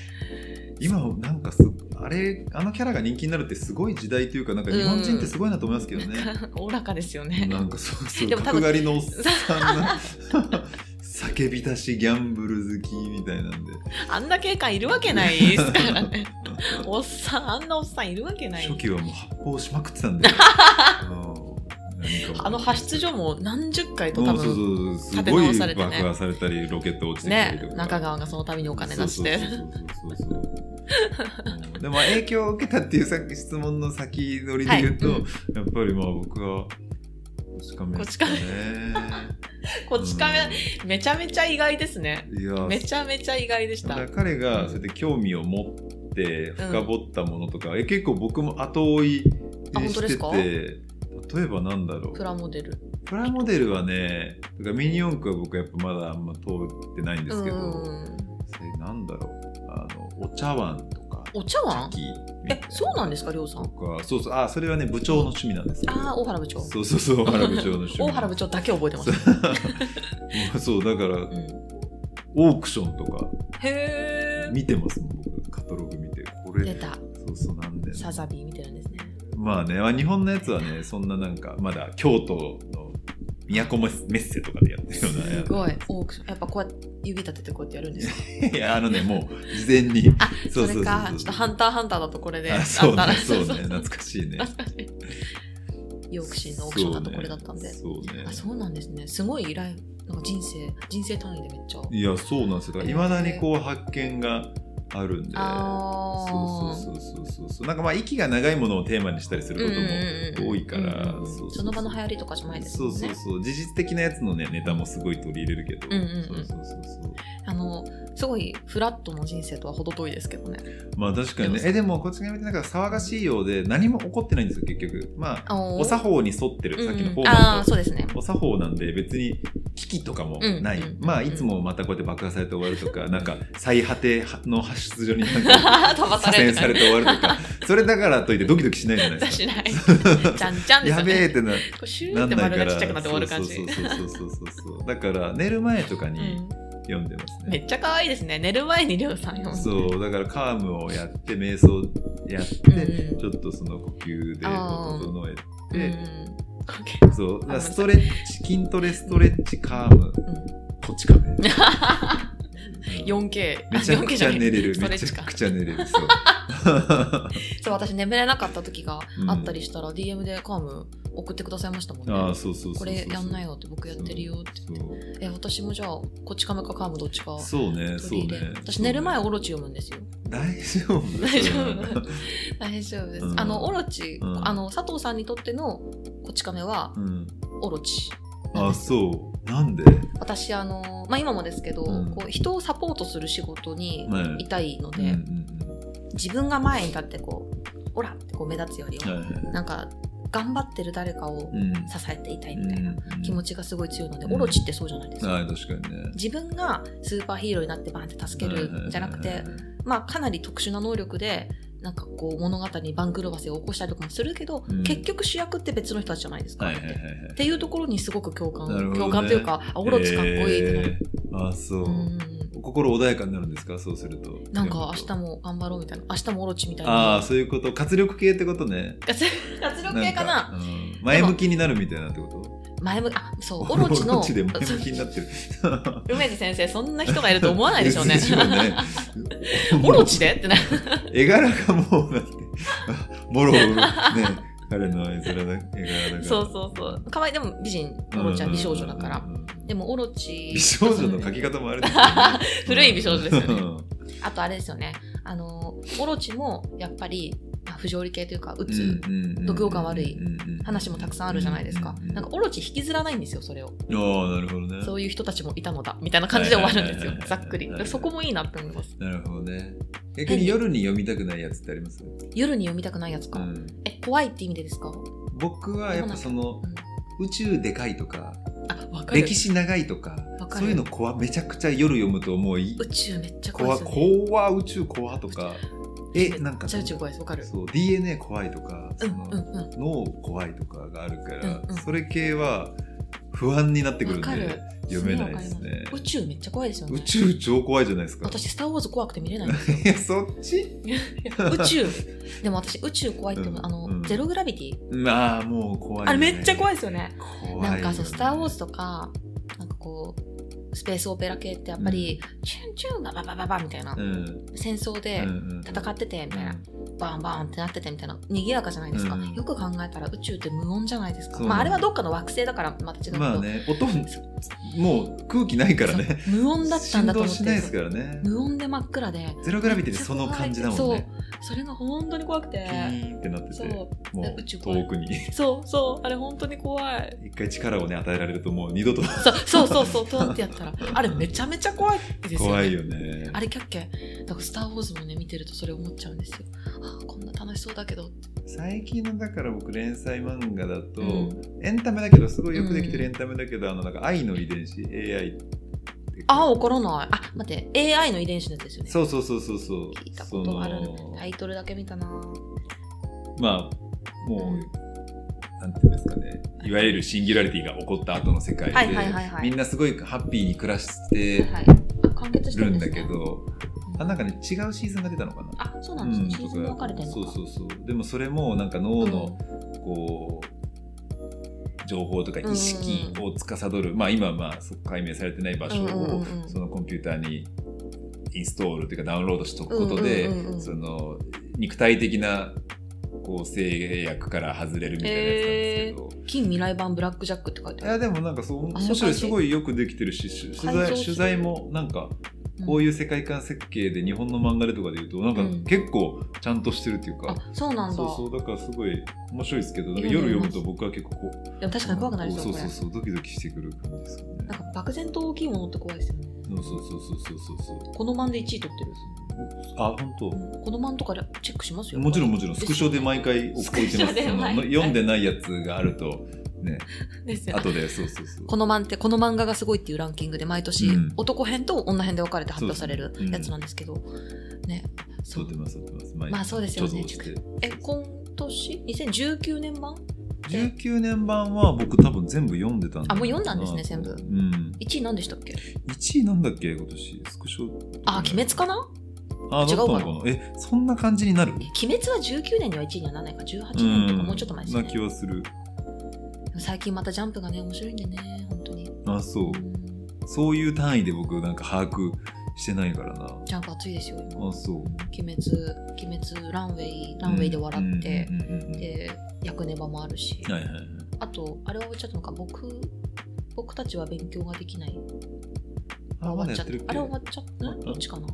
B: 今なんかすあれあのキャラが人気になるってすごい時代というかなんか日本人ってすごいなと思いますけどね、
A: おおらかですよね
B: なんかそうそ う
A: でも多
B: 角
A: 分
B: 刈りのおっさん が叫び出しギャンブル好きみたいなんで
A: あんな警官いるわけないですからねおっさんあんなおっさんいるわけない
B: 初期はもう発砲しまくってた んで
A: あの派出所も何十回と
B: 多
A: 多
B: 分そう
A: 分
B: そうそうす
A: 立て
B: ご
A: 直
B: い
A: され
B: 爆
A: てね
B: 破されたりロケット落ちてきたり
A: ね
B: とか、
A: 中川がその度にお金出して
B: そうそうそうそうそうそううんでも影響を受けたっていうさっき質問の先取りで言うと、
A: はいうん
B: やっぱりまあ僕はこち亀ですかね。
A: こち亀、めちゃめちゃ意外ですね。
B: いや
A: めちゃめちゃ意外でし
B: だ
A: た。
B: か
A: う
B: ら
A: ん
B: 彼がそうやって興味を持って深掘ったものとか、え結構僕も後追い
A: あ本当
B: し
A: で
B: て
A: すか
B: て。例えばなんだろう
A: プラモデル。
B: プラモデルはねだからミニ四駆は僕はやっぱまだあんま通ってないんですけど、
A: うん
B: それなんだろうあのお茶碗とか
A: お茶碗
B: 茶器みた
A: え、
B: い
A: そうなんですか、りょうさ
B: と
A: ん。
B: かそうそうあそれはね部長の趣味なんですけど
A: ああ、大原部長。
B: そうそうそう大原部長の趣味
A: 大原部長だけ覚えてます。
B: 長そうだから
A: うん
B: オークションとか
A: へえ。
B: 見てますもん僕カタログ見てこ
A: 出
B: れ
A: た。
B: そうそうなんで
A: サザビー見てるんですね。
B: まあねまあ日本のやつはねそんななんかまだ京都の都メッセとかでやってるよう
A: す
B: な
A: ごい。オークション。やっぱこうやって指立ててこうやってやるんですか。
B: いやあのねもう事前に
A: あ、
B: そう
A: それ
B: そうそうそう
A: か。ちょっとハンターハンターだとこれで。
B: あそう
A: あった
B: ね
A: ら
B: そうね
A: そう
B: 懐かしいね
A: ヨークシーのオークションだとこれだったんで。
B: そうね
A: あ、そうなんですね。すごい依頼。なんか人生、人生単位でめっちゃ。
B: いやそうなんですよいまだにこう発見があるんで
A: あ
B: そうそうそうそうそうなんかまあ息が長いものをテーマにしたりすることも多いからううう
A: その場の流行りとかじゃないです
B: そ
A: もん
B: う
A: ね
B: そうそう時事的なやつのねネタもすごい取り入れるけど、
A: うんうんうん
B: そうそうそうそう
A: あのすごいフラットの人生とは程遠いですけどね
B: まあ確かにね
A: でも
B: えでもこっち側見てなんか騒がしいようで何も起こってないんですよ結局まあ
A: あの
B: お作法に沿ってる
A: うん
B: さっきのフォーマ
A: ああ
B: ット
A: そうですね
B: お作法なんで別に危機とかもない、
A: うんうん
B: まあいつもまたこうやって爆破されて終わるとかなんか最果ての発出所になん か
A: 飛ばさ
B: 左
A: れ
B: 遷
A: る
B: されて終わるとかそれだからといってドキドキしないじゃないで
A: 出
B: す
A: し
B: か。
A: ないじゃんじゃんです
B: や
A: よ
B: べえ
A: ね
B: ってな
A: こうシュ
B: な
A: ーっ
B: ん
A: て
B: ない
A: 丸が
B: から
A: ちっちゃくなって終わる感
B: そ
A: じ
B: うそうそうそうそうそうだから寝る前とか
A: う
B: に
A: ん
B: 読んでます
A: め
B: ね。
A: っちゃ可愛いですね。寝る前にりょうさん読む。
B: そう、だからカームをやって、瞑想やって、
A: うん
B: ちょっとその呼吸で
A: あー
B: 整え
A: うんう
B: て、
A: ん。
B: そう、だか
A: あ
B: らストレッチ、筋トレストレッチ、カーム、こっちかね。うん
A: 4K。
B: めちゃくちゃ寝れる
A: ス、トレ
B: め
A: ッ
B: ち
A: チ
B: ゃ
A: か
B: くちゃ寝れる。そう。
A: そう、私眠れなかった時があったりしたら、DM でカーム送ってくださいましたもんね。
B: ああ、そうそうそうそう。
A: これやんないよって僕やってるよって言って。
B: そう
A: え、私もじゃあ、こっち亀かカームどっちか。
B: そうね、そう
A: 取り入れ
B: ね
A: る。私寝る前
B: そうね
A: オロチ読むんですよ。
B: 大丈夫。
A: 大丈夫大丈夫です。
B: うん
A: あの、オロチ、
B: うん
A: あの、佐藤さんにとってのこっち亀は
B: うん。
A: オロチ。
B: あ、そう。なんで
A: 私、あの、まあ、今もですけど、
B: うん
A: こう人をサポートする仕事に
B: ね
A: いたいので、
B: うんうん
A: 自分が前に立ってこう、オラってこう目立つより
B: うん。
A: は、
B: はいはいはい
A: なんか、頑張ってる誰かを
B: うん
A: 支えていたいみたいな
B: うん
A: 気持ちがすごい強いので、
B: うん
A: オロチってそうじゃないですか。
B: はい、確かにね。
A: 自分がスーパーヒーローになってバンって助け
B: はいはいはいは
A: る
B: い
A: じゃなくて、、まあ、かなり特殊な能力でなんかこう物語に番狂わせを起こしたりとかもするけど、
B: うん
A: 結局主役って別の人たちじゃないですか、
B: はいはい
A: っ
B: はい
A: て
B: はい。
A: っていうところにすごく共感、
B: なるほどね
A: 共感というかあオロチかっこいいってなる、
B: えーあ、そうう。
A: ん
B: 心穏やかになるんですかそうすると。
A: なんか明日
B: も。
A: も頑張ろうみたいな明日もオロチみたい
B: あ あ、
A: な
B: そういうこと。活力系ってことね。
A: 活活力系かな
B: なんうん前向きになるみたいなってこと
A: 前向きあそうオロチの
B: オで前向きになって る。
A: 梅津先生そんな人がいると思わないでしょう ね
B: でしょ うね
A: オロチでってな
B: 絵柄がもうだって、 も ろもろ、ね、彼の絵柄だ絵柄だから。
A: そうそうそう可愛いでも美人
B: うん
A: オ
B: うんうんうん、
A: ロチは美少女だから、で
B: も、
A: もオロチ
B: 美少女の描き方もあるんです
A: 古い美少女ですよね
B: うん
A: あとあれですよね。あの、オロチもやっぱり、まあ不条理系というか、う
B: うん
A: つ
B: うんうん
A: 毒が悪い
B: うんうんうん
A: 話もたくさんあるじゃないですか。
B: ううう
A: なんかオロチ引きずらないんですよ、それを。
B: ああ、なるほどね。
A: そういう人たちもいたのだ、みたいな感じで終わるんですよ
B: はいはいはいは、い
A: ざっくり。だからそこもいいなって思います。
B: なるほどね。逆に夜に読みたくないやつってあります、
A: 夜に読みたくないやつか。
B: うん
A: え、怖いって意味でですか
B: 僕はやっぱその
A: うん、
B: 宇宙でかいとか、
A: あ、わかる。
B: 歴史長いとか
A: わ、かる
B: そういうの怖めちゃくちゃ夜読むと思うい
A: 宇宙めっちゃ怖
B: 怖
A: いですよ、ね。
B: 怖宇宙怖とかえなん
A: めっ
B: か
A: ちゃ宇宙怖いです、わかる。
B: そう DNA 怖いとか
A: う
B: そ
A: ん
B: の、
A: うんうん。
B: 脳怖いとかがあるから、
A: うんうん
B: それ系は不安になってくるん
A: わかる
B: で読めないですね
A: ごいわかります宇宙めっちゃ怖いですよね。
B: 宇宙超怖いじゃないですか
A: 私、スター・ウォーズ怖くて見れないんです よ。
B: いやそっち
A: 宇宙でも私宇宙怖いっても、
B: うん
A: あの、
B: うん
A: ゼログラビティ
B: まあもう怖い、ね、
A: あれめっちゃ怖
B: い
A: いですよね
B: 怖いよね
A: なんかそう「スター・ウォーズ」とかなんかこうスペースオペラ系ってやっぱり、チュンチュンがババババみたいな、
B: うん
A: 戦争で戦っててみたいな、バンバンってなっててみたいな賑やかじゃないですか、
B: うん
A: よく考えたら宇宙って無音じゃないですか、
B: そう
A: まああれはどっかの惑星だからまた違うけ
B: うん
A: ど、
B: まあね音ももう空気ないからね
A: そう無音だったんだと思っ
B: 振動してないですからね
A: 無音で真っ暗で
B: ゼログラビティでその感じだもんね
A: そうそれが本当に怖くて
B: ピーンってなって
A: そ
B: て
A: う
B: もう
A: 宇宙怖い
B: 遠くに
A: そうそうあれ本当に怖い
B: 一回力をね与えられるともう二度と
A: そうそうそうそう、とってやったら、あれめちゃめちゃ怖いですよ、ね。
B: 怖いよね
A: あれキャッキャ、なんかスター・ウォーズもね、見てるとそれ思っちゃうんですよ。あーこんな楽しそうだけどって。
B: 最近のだから僕連載漫画だと、
A: うん
B: エンタメだけどすごいよくできてるエンタメだけど、あのなんか愛の遺伝子 AI って
A: あー、怒らない。あ、待って、AI の遺伝子のやつですよね。
B: そうそうそうそうそう
A: 聞いたことある
B: その
A: タイトルだけ見たな
B: まあもう、なんていうんですかねいわゆるシンギュラリティが起こった後の世界で、
A: はいはいはいはい
B: みんなすごいハッピーに暮らし
A: はい
B: て
A: はい。あ完結して
B: る
A: るん
B: ん
A: です
B: だ
A: ね
B: け、ど、
A: う
B: あ
A: ん
B: なんかね違うシーズンが出たのかな
A: あ、そうなんですね。
B: うん
A: シーズンに分かれてるのか。
B: そうそうそうでもそれもなんか脳のこう情報とか意識を司る、まあ今はまあそ解明されてない場所
A: うん
B: を
A: うんうん
B: そのコンピューターにインストールというかダウンロードしとくことで、
A: うんうんうんうん
B: その肉体的なこう制約から外れるみたいなやつなんですけど、
A: 近未来版ブラックジャックって書いて
B: い
A: あ
B: や
A: る。
B: でもなんかそう
A: あそういう
B: 面
A: 感じ
B: 白いすごいよくできてるし取取
A: 改造
B: 材
A: して
B: 取材もなんかこう
A: い
B: いう世界観設計で日本の漫画でとかで言うとなんか
A: うん
B: 結構ちゃんとしてるっていうか
A: あ、、そうなんだ。
B: そうそうだからすごい面白いですけどなんか
A: 読
B: 夜
A: んでみ
B: 読
A: ます
B: むと僕は結構こう
A: でも確かに怖くなりそう、
B: そう
A: これ
B: そう。そうドキドキしてくる感じですよね
A: なんか漠然と大きいものって怖いですよね。
B: うんそうそうそうそうそうそう
A: このマンで1位取ってる。
B: あ本
A: このマンとかでチェックします
B: 当
A: よ。
B: もちろんもちろんスクショで毎回置いて
A: スクシ
B: ま
A: ョ
B: す
A: で
B: その
A: 毎回
B: 読んでないやつがあるとね
A: ですよ
B: 後でそうそうそう
A: このマンってこの漫画がすごいっていうランキングで毎年、
B: うん
A: 男編と女編で分かれて発表される
B: そうですね
A: やつなんですけど、ねそ
B: 撮
A: う
B: ってます撮ってます毎
A: まあそうですよね
B: 貯蔵して
A: え今年2019年版って。
B: 19年版は僕多分全部読んでたん
A: あ、
B: だ
A: もう読んだんですね、全部。
B: うん。
A: 1位何でしたっけ
B: 1位なんだっけ今年。スクショ。
A: あ、鬼滅かな
B: あ、だったのかなえ、そんな感じになる
A: 鬼滅は19年には1位にはならないか、18年とかもうちょっと前です
B: な
A: ね。
B: 気はする。
A: 最近またジャンプがね、面白いんでね、本当に。
B: あ、そう
A: う。ん
B: そういう単位で僕なんか把握してないからな。
A: ジャンプ熱いですよ、今。
B: あ、そう。
A: 鬼滅、鬼滅、ランウェイ、ランウェイで笑って
B: う、んうんうんうん
A: で、役ネバもあるし、
B: はいはいはい。
A: あと、あれは終わっちゃったのか、僕、僕たちは勉強ができない。
B: あ、
A: 終わっ
B: まだ
A: ち
B: や
A: ゃ
B: っ
A: って
B: るっけ
A: あれ終わっちゃった
B: うん
A: どっちかな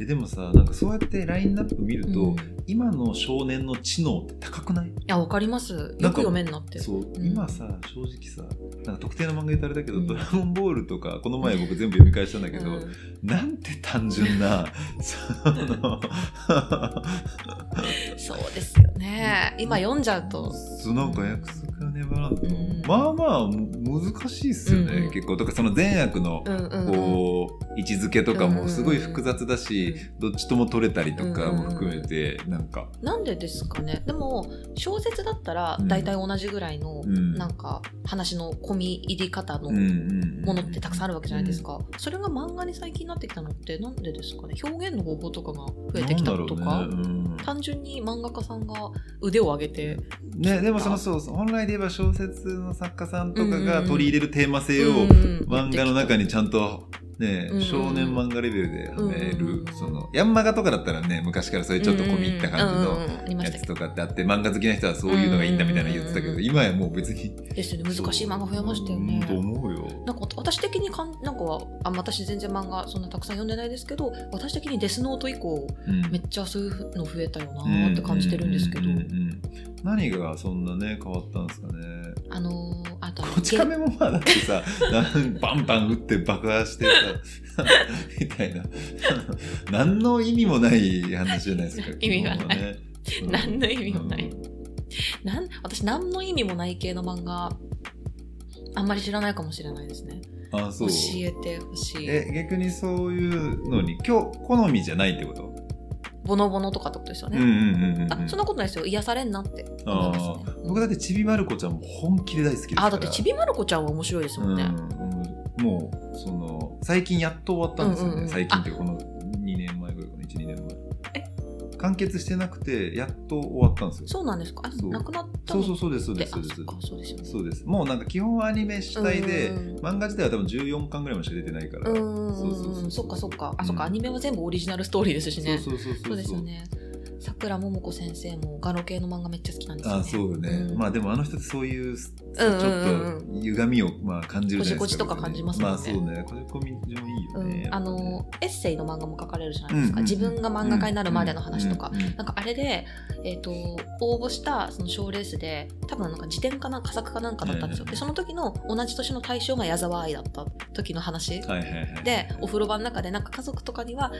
B: えでもさ、なんかそうやってラインナップ見ると、
A: うんい
B: 今の少年の知能って高くない
A: や、わかります。よく
B: なんか
A: 読めんなって。
B: そう、
A: ん
B: 今さ正直さなんか特定の漫画言ったらあれだけど
A: う
B: 「
A: ん
B: ドラゴンボール」とかこの前僕全部読み返したんだけど、
A: うん
B: なんて単純 なその
A: そうですよね。今読んじゃうと。
B: そうなんか約束はネバーランド
A: う
B: も、
A: ん
B: まあまあむ難しいっすよね、
A: うんうん
B: 結構だからその善悪の
A: うんうんうん。
B: こう位置づけとかもすごい複雑だし、どっちとも取れたりとかも含めて、なんか
A: なんでですかね。でも小説だったら
B: うん
A: 大体同じぐらいの、
B: うん
A: なんか話の込み入り方の
B: うんうんうん
A: ものってたくさんあるわけじゃないですか。それが漫画に最近なってきたのってなんでですかね。表現の方法とかが増えてきたと
B: な
A: か。
B: んだろうねうん
A: 単純に漫画家さんが腕を上げて、
B: ね、でもそのそうそう本来で言えば小説の作家さんとかが取り入れるテーマ性を
A: うんうん
B: 漫画の中にちゃんと、ね
A: うんうん
B: 少年漫画レベルではめ
A: うん
B: る
A: うん
B: そのヤンマガとかだったらね昔からそういうちょっと込み入った感
A: うんうん
B: じ
A: うんうんあり
B: の
A: まし
B: や
A: た
B: つ
A: けど
B: とかってあって漫画好きな人はそういうのがいいんだみたいなの言ってたけ
A: うんうんう
B: ど
A: ん
B: 今やもう別に
A: ですよね難しい漫画増えましたよ
B: う
A: ね
B: ん。と思うよ
A: なんか私的にかんなんかはあ私全然漫画そんなたくさん読んでないですけど私的にデスノート以降
B: うん
A: めっちゃそういうの増えたよなーって感じてるんですけど、
B: ううんうん何がそんなね変わったんですかね
A: あのー、あとあの
B: こち亀もまあだってさ なんバンバン打って爆破してさ みたいな何の意味もない話じゃないですか
A: 意味がない
B: 基本はね
A: 何の意味もない
B: うん
A: なん私何の意味もない系の漫画あんまり知らないかもしれないですね
B: あそ
A: 教
B: う
A: えてほしい
B: え逆にそういうのに今日好みじゃないってこと
A: ボノボノとかってことですよ
B: う
A: ね、
B: んうんうんうん
A: あそんなことないですよ癒されんなって思います
B: あ
A: ね
B: ー
A: うん
B: 僕だってちびまる子ちゃんも本気で大好きですから
A: あだってちびまる子ちゃんは面白いですもんね、
B: うん、もうその最近やっと終わったんですよね、
A: うんうんうん
B: 最近っていうかこの2年前ぐらいかな12年前完結してなくてやっと終わったんですよ
A: そうなんですかあ
B: そう
A: なくなった
B: そ
A: の
B: うそうそうですそう
A: で
B: で
A: あ
B: す
A: そ
B: そう
A: っ
B: です
A: かそうですよね
B: そうですもうなんか基本アニメ主体で、
A: うんうん
B: 漫画自体は多分14巻ぐらいまでしか出てないから、
A: う
B: そうそうそ
A: ー
B: うん
A: そっかそっかあ、
B: うん
A: そっかアニメは全部オリジナルストーリーですしねそう
B: そうそうそうそう
A: ですよねさくらももこ先生もガロ系の漫画めっちゃ好きなんですよね
B: あそうよね、
A: うん
B: まあでもあの人ってそういうちょ
A: う
B: っ
A: んうん
B: と歪みをまあ感じるじゃないですか
A: こじこじとか感じますもんね
B: あそうねこじこみ上いいよ
A: うん
B: ね、やっぱね
A: あのエッセイの漫画も書かれるじゃないですか、
B: うんうん
A: 自分が漫画家になるまでの話とか、
B: うんうんうん
A: なんかあれで、えー、と応募したその賞レースで多分なんか辞典かな佳作かなんかだったんですよ、
B: うんうん
A: でその時の同じ年の大賞が矢沢愛だった時の話、
B: はいはいはい
A: でお風呂場の中でなんか家族とかには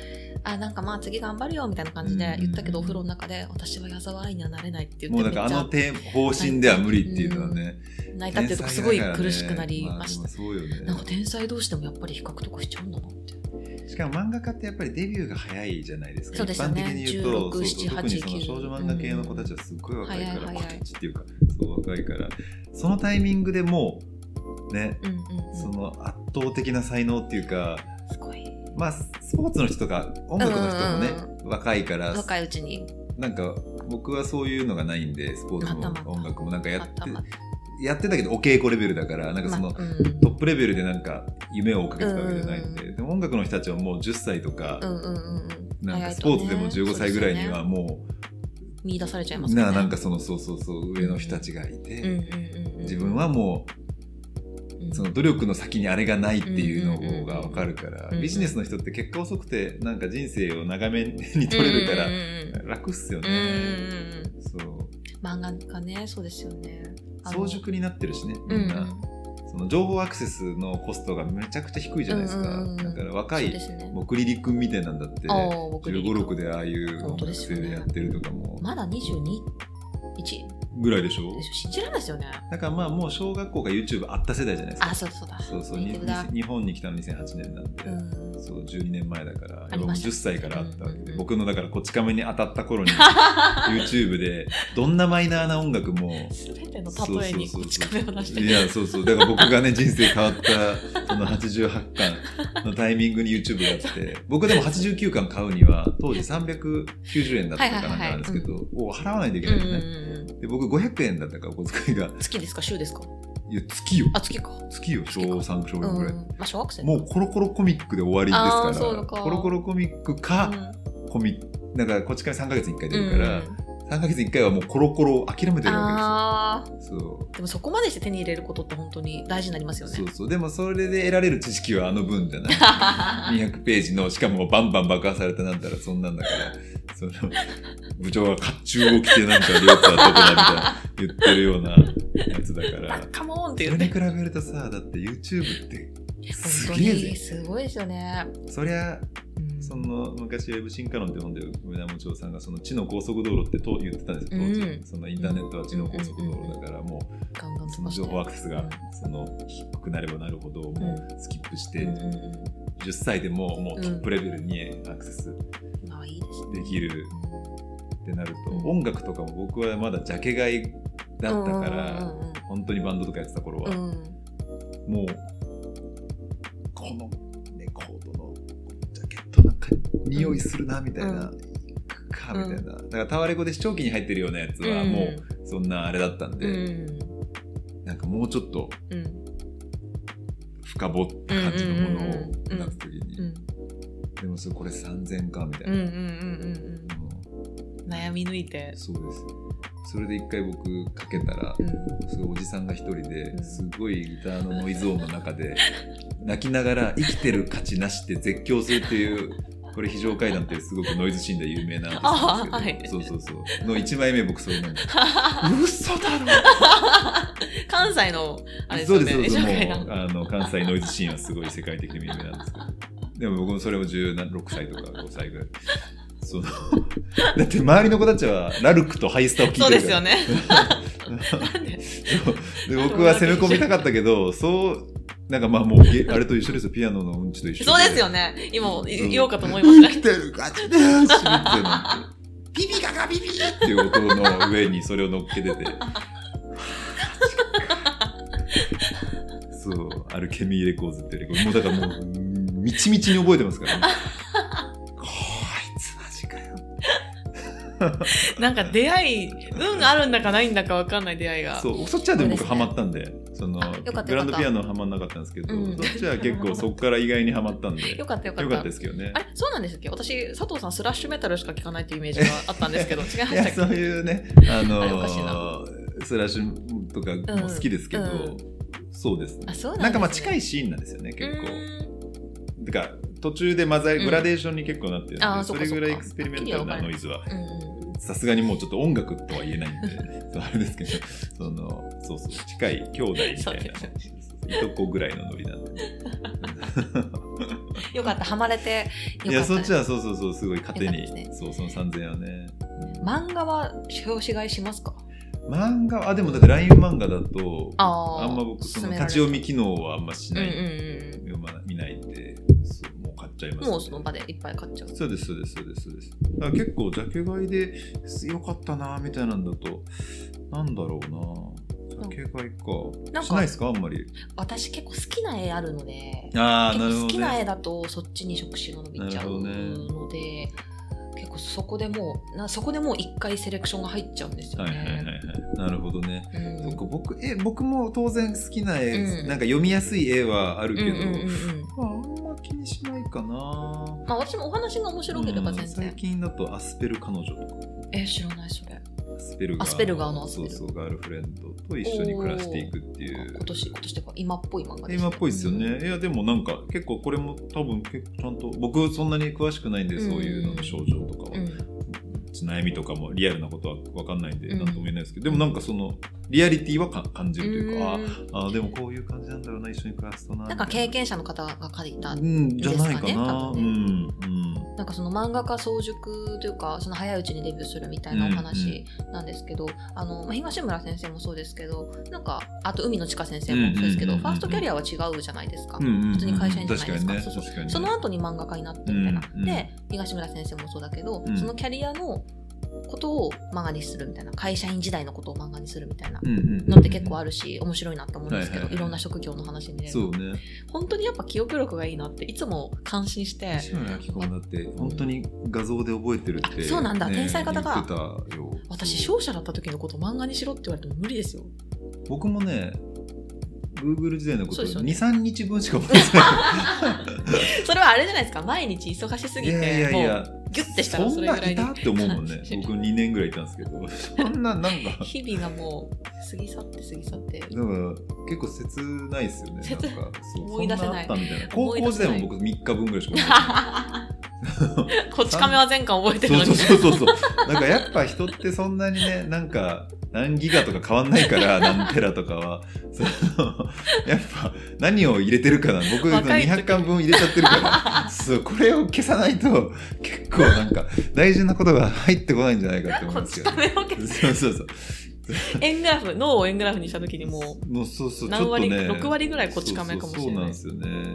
A: あなんかまあ次頑張るよみたいな感じで言ったけど、
B: うん
A: お風呂の中で私は矢沢愛にはなれないって言
B: もう
A: っ
B: なん
A: て
B: か
A: め
B: あ
A: っち
B: の
A: ゃ
B: 手方針では無理っていうのはね、
A: 泣いたっていうとこすごい苦しくなりました、
B: 天才だからねまあでもそうよね
A: なんか天才同士でもやっぱり比較とかしちゃうんだなって
B: しかも漫画家ってやっぱりデビューが早いじゃないですか
A: そうですよね
B: 一般的に言うと
A: 16
B: そうそ
A: 7
B: う特にその
A: 8
B: 少女漫画系の子たちはすっごい若いから、
A: うん早い
B: 子
A: 早い
B: たちっていうかそう若いからそのタイミングでもうね
A: うんうん、
B: そ
A: うん、
B: の圧倒的な才能っていうか
A: すごい
B: まあスポーツの人とか音楽の人もね、
A: うん
B: 若いから
A: 若いうちに
B: なんか僕はそういうのがないんでスポーツも
A: 頭が
B: 音楽もなんかやって
A: 頭
B: やってたけどお稽古レベルだからなんかその、
A: まあうん
B: トップレベルでなんか夢を追っかけてたわけじゃないんで,、
A: う
B: でも音楽の人たちはもう10歳とか、
A: うんうんうんうん
B: なんか
A: 早い
B: ス
A: と
B: ポ
A: ね
B: ーツでも15歳ぐらいに
A: そうですよね
B: はも
A: 見出されちゃいうます
B: ななんかそのそうそうそう上の人たちがいて、
A: うんうんうんうん
B: 自分はも
A: うん
B: うその努力の先にあれがないっていうの
A: うんうんうん
B: が分かるから、
A: うんうん
B: ビジネスの人って結果遅くてなんか人生を長めに取れるから
A: うんうんうん
B: 楽っすよ
A: うん
B: ね。
A: うんうん
B: そう
A: 漫画家ねそうですよねあの
B: 早熟になってるしね
A: う
B: み
A: ん
B: んな、その情報アクセスのコストがめちゃくちゃ低いじゃないですか、
A: うんうんうん
B: だから若
A: そう
B: い
A: ですね
B: 僕リリ君みたいなんだって
A: ああ僕
B: 1 5 6でああいう
A: 本
B: 音
A: 当
B: 楽
A: です
B: 性
A: よね
B: でやってるとかも
A: まだ22一
B: ぐらいでしょ
A: 信じられないですよね
B: だからまあもう小学校が YouTube あった世代じゃないですか
A: あそうだそうだ
B: そうそう
A: ネイテ
B: に
A: ィブだ
B: 日本に来たの2008年なんで、
A: うんう ん
B: そう12年前だから
A: ありました
B: 10歳からあったわけ
A: うんうん
B: で
A: うん
B: 僕のだからこち亀に当たった 頃に YouTube でどんなマイナーな音楽も
A: 全ての例えに
B: そう
A: こ
B: そ
A: ち
B: うそう
A: 亀を出して
B: いやそうそうだから僕がね人生変わったその88巻のタイミングに YouTube があって僕でも89巻買うには当時390円だったかなんかなんですけど、お払わないといけ
A: う
B: なんい
A: うん
B: よね、
A: うんうん
B: で僕500円だったからお小遣いが
A: 月ですか週ですか
B: いや月よ
A: あ月か
B: 月よ小3小
A: う
B: 4ぐらい、
A: んまあ小学生
B: もうコロコロコミックで終わり
A: あー
B: ですか
A: そう
B: ら
A: か
B: コロコロコミックか、コミだからこっちから3ヶ月に1回出るから、
A: うん
B: 3ヶ月に1回はもうコロコロを諦めてるわ
A: あ
B: けですよそう
A: ーでもそこまでして手に入れることって本当に大事になりますよね
B: そうそうでもそれで得られる知識はあの分じゃない200ページのしかもバンバン爆破されたなんたらそんなんだからその部長が甲冑を着てなんか両手はどこだみたいな言ってるようなやつだから
A: あカモーンって
B: そ
A: いう
B: れに
A: ね
B: 比べるとさだって YouTube ってす
A: 本当
B: げえ
A: に
B: ぜ
A: すごいですよね、
B: そりゃ
A: うん
B: その昔ウェブ進化論って本で胸本長さんがその地の高速道路ってと言ってたんですよ当時、
A: うん
B: そのインターネットは地の高速道路だからもう
A: ガンガン
B: そ
A: 飛
B: の
A: ばして
B: 情報アクセスがその低くなればなるほどもうスキップして
A: うんうんうん
B: 10歳でももうトップレベルにアクセス
A: まあいいですね。
B: できるってなると、
A: うん
B: 音楽とかも僕はまだジャケ買いだったから、
A: うんうん
B: 本当にバンドとかやってた頃
A: う
B: は、
A: んうん
B: もうこのレコードのジャケットなんか匂いするなみたいな、
A: うん
B: いくかみたいな、だからタワレコで視聴器に入ってるようなやつは
A: ん
B: もうそんなあれだったんで、
A: うん
B: なんかもうちょっと
A: うん
B: 深掘った感じのもの
A: うんうんうんう
B: を
A: ん
B: なった時に、
A: うん
B: でもそれこれ3000かみたい
A: うんうん
B: な。
A: うん
B: もう
A: うん悩み抜いて。
B: そうですそれで一回僕かけたら、
A: うん
B: すごいおじさんが一人
A: う
B: で
A: ん
B: すごいギターのノイズ音の中で 泣きながら「生きてる価値なし」って絶叫するっていうこれ非常階段ってすごくノイズシーンで有名なアーティストなんですけど、そうそうそうの1枚目僕それなんです 嘘だろ
A: 関西のあれです
B: そ
A: よ
B: うですそう
A: ね。
B: です
A: 紹
B: も
A: 介
B: う
A: が
B: あの関西ノイズシーンはすごい世界的に有名なんですけどでも僕もそれを16歳とか5歳ぐらいその だって周りの子たちはラルクとハイスタを聴
A: そう
B: いて
A: で
B: る
A: す
B: から
A: よね。 なんで
B: そうで僕は攻め込みたかったけどそうなんかまあも うげあれと一緒ですよピアノのうんちと一緒
A: そうですよね。今
B: そう
A: 言おうかと思いました。
B: 生きてるガチですってなんてビビガガビビっていう音の上にそれを乗っけててそうアルケミーレコーズってレコードもうだからもうみちみちに覚えてますからねこいつマジかよ
A: なんか出会い、運あるんだかないんだかわかんない出会いが。
B: そうそっちはでも僕
A: そうですね
B: ハマったんでその
A: あよかったよかった
B: グランドピアノはハマんなかったんですけど、
A: うん
B: そっちは結構そっから意外にハマったんで
A: よかったよか
B: よ
A: っ
B: かったた。ですけどね
A: あ。れそうなんですっけ私、佐藤さんスラッシュメタルしか聞かないっていうイメージがあったんですけど、違いまし
B: い
A: た
B: や
A: っけ
B: そうい うね、あ
A: あれおかしい
B: のースラッシュとかも好きですけど、
A: うん
B: そうですね
A: あ、そうなんですね
B: なんかまあ近いシーンなんですよね結構。てか途中で混ざ
A: う
B: り
A: ん
B: グラデーションに結構なってるので、
A: あーそ
B: そ
A: っか
B: れ
A: そっか
B: ぐらいエクスペリメンタルなノイズは
A: 構。うんうん
B: さすがにもうちょっと音楽とは言えない んでそうあれですけどそのそうそう近い兄弟みたいな
A: そうですよね
B: いとこぐらいのノリなんで。
A: よかった、ハマれて
B: い
A: よか
B: や、
A: った
B: そっち
A: ね。
B: はそうそうそう、すごい糧
A: よ
B: に。
A: かったです
B: そう、その3000円はね。
A: 漫画は表紙買いしますか
B: 漫画は、あ、でもだって LINE 漫画だと、
A: あー
B: んま僕、そ
A: 勧
B: の
A: められる
B: 立ち読み機能はあんまし
A: うんう
B: なんい。
A: う
B: 読まな見ないんで、そうもう買っちゃいま
A: ん。
B: す、
A: もうその場でいっぱい買っちゃう。
B: そうです、そうです、そうです、そうです。だから結構、ジャケ買いで、よかったな、みたいなんだと、なんだろうな。ジャケ買いか。
A: なんか
B: しないですか、あんまり。
A: 私結構好きな絵あるので、
B: ああ、
A: 結
B: なる
A: 構
B: ほ
A: 好き
B: ど、
A: な
B: ね。
A: 絵だとそっちに触手が伸びちゃう
B: なるほ
A: ので、結構そこでもう、なそこでもう一回セレクションが入っちゃうんですよ
B: はいはいはいは
A: ね。
B: い。なるほどね。
A: うん
B: そっか僕え僕も当然好きな絵、
A: うん
B: なんか読みやすい絵はある
A: うん
B: け
A: うん
B: ど、
A: うんうん。
B: まあ、あんま気にしないかな
A: まあ私もお話が面白ければ全
B: うん最
A: 然。
B: 近だとアスペル彼女とか
A: え、知らないそれ。
B: アスペルガ
A: ア
B: ー
A: スペルガーのアスペル
B: そうそうガールフレンドと一緒に暮らしていくっていう
A: 今年、今年とか今っぽい漫画です、
B: 今っぽいですよね、いやでもなんか結構これも多分結構ちゃんと僕そんなに詳しくないんで、
A: うん
B: そういうのの症状とか
A: う
B: は、
A: ん。
B: 悩みとかもリアルなことは分かんないんで
A: うん
B: 何とも言えないですけど、でもなんかそのリアリティはか感じるというか、あ
A: うん
B: あーでもこういう感じなんだろうな一緒に暮らすとな
A: なんか経験者の方が書いた
B: うんじゃないか
A: ですかね
B: な
A: 多
B: う
A: 分
B: んうん
A: なんかその漫画家早熟というかその早いうちにデビューするみたいなお話なんですけど、あのまあ、東村先生もそうですけどなんかあと海野千佳先生もそうですけど、
B: うんうんうんうん
A: ファーストキャリアは違うじゃないですか、
B: 普
A: 普通に会社員じゃない
B: 確か
A: です
B: に
A: か
B: ね
A: そうそう
B: 確かにね
A: その後に漫画家になってみたいな、
B: うんうん
A: で東村先生もそうだけど、
B: うん
A: そのキャリアのことを漫画にするみたいな会社員時代のことを漫画にするみたいな
B: うんうんうん
A: のって結構あるし面白いなって思うんですけど、
B: はいはい
A: いろんな職業の話にね
B: そうね
A: 本当にやっぱ記憶力がいいなっていつも感心して
B: 西村明子もだって本当に画像で覚えてるって、
A: あそうなんだ
B: ね
A: 天才型か
B: 言ってたよ
A: 私
B: そう
A: 商社だった時のこと漫画にしろって言われても無理ですよ
B: 僕もね Google 時代のこ
A: そ
B: と
A: うですよね
B: 23日分しか覚えてない
A: それはあれじゃないですか毎日忙しすぎてもうギュッてしたらそれぐらい
B: そんないた
A: に
B: って思うも んね
A: そう
B: 僕2年ぐらいいたんですけ どそんななんか
A: 日々がもう過ぎ去って過ぎ去 って
B: なんか結構切ないですよねなん
A: 切
B: かそう
A: 思い出せない
B: そんあったみたいな高
A: 思い出
B: 校
A: せ
B: 時
A: ない
B: 代も僕3日分ぐらいしか覚
A: こち亀は前回覚えて
B: えて
A: る
B: な
A: の
B: いそう
A: に
B: そうそうそうそうなんかやっぱ人ってそんなにねなんか何ギガとか変わんないから何テラとかはそのやっぱ何を入れてるかな僕の
A: 若い時
B: 200巻分入れちゃってるからそうこれを消さないと結構なんか大事なことが入ってこないんじゃないかって思
A: こ
B: うんです
A: ち
B: けど、
A: 亀を消す
B: そうそうそう
A: 円グラフ脳を円グラフにした時にも
B: もうそうそうう
A: 何割、
B: ちょっとね
A: 6割ぐらいこち亀かもしれない
B: そうそうそうなんですよね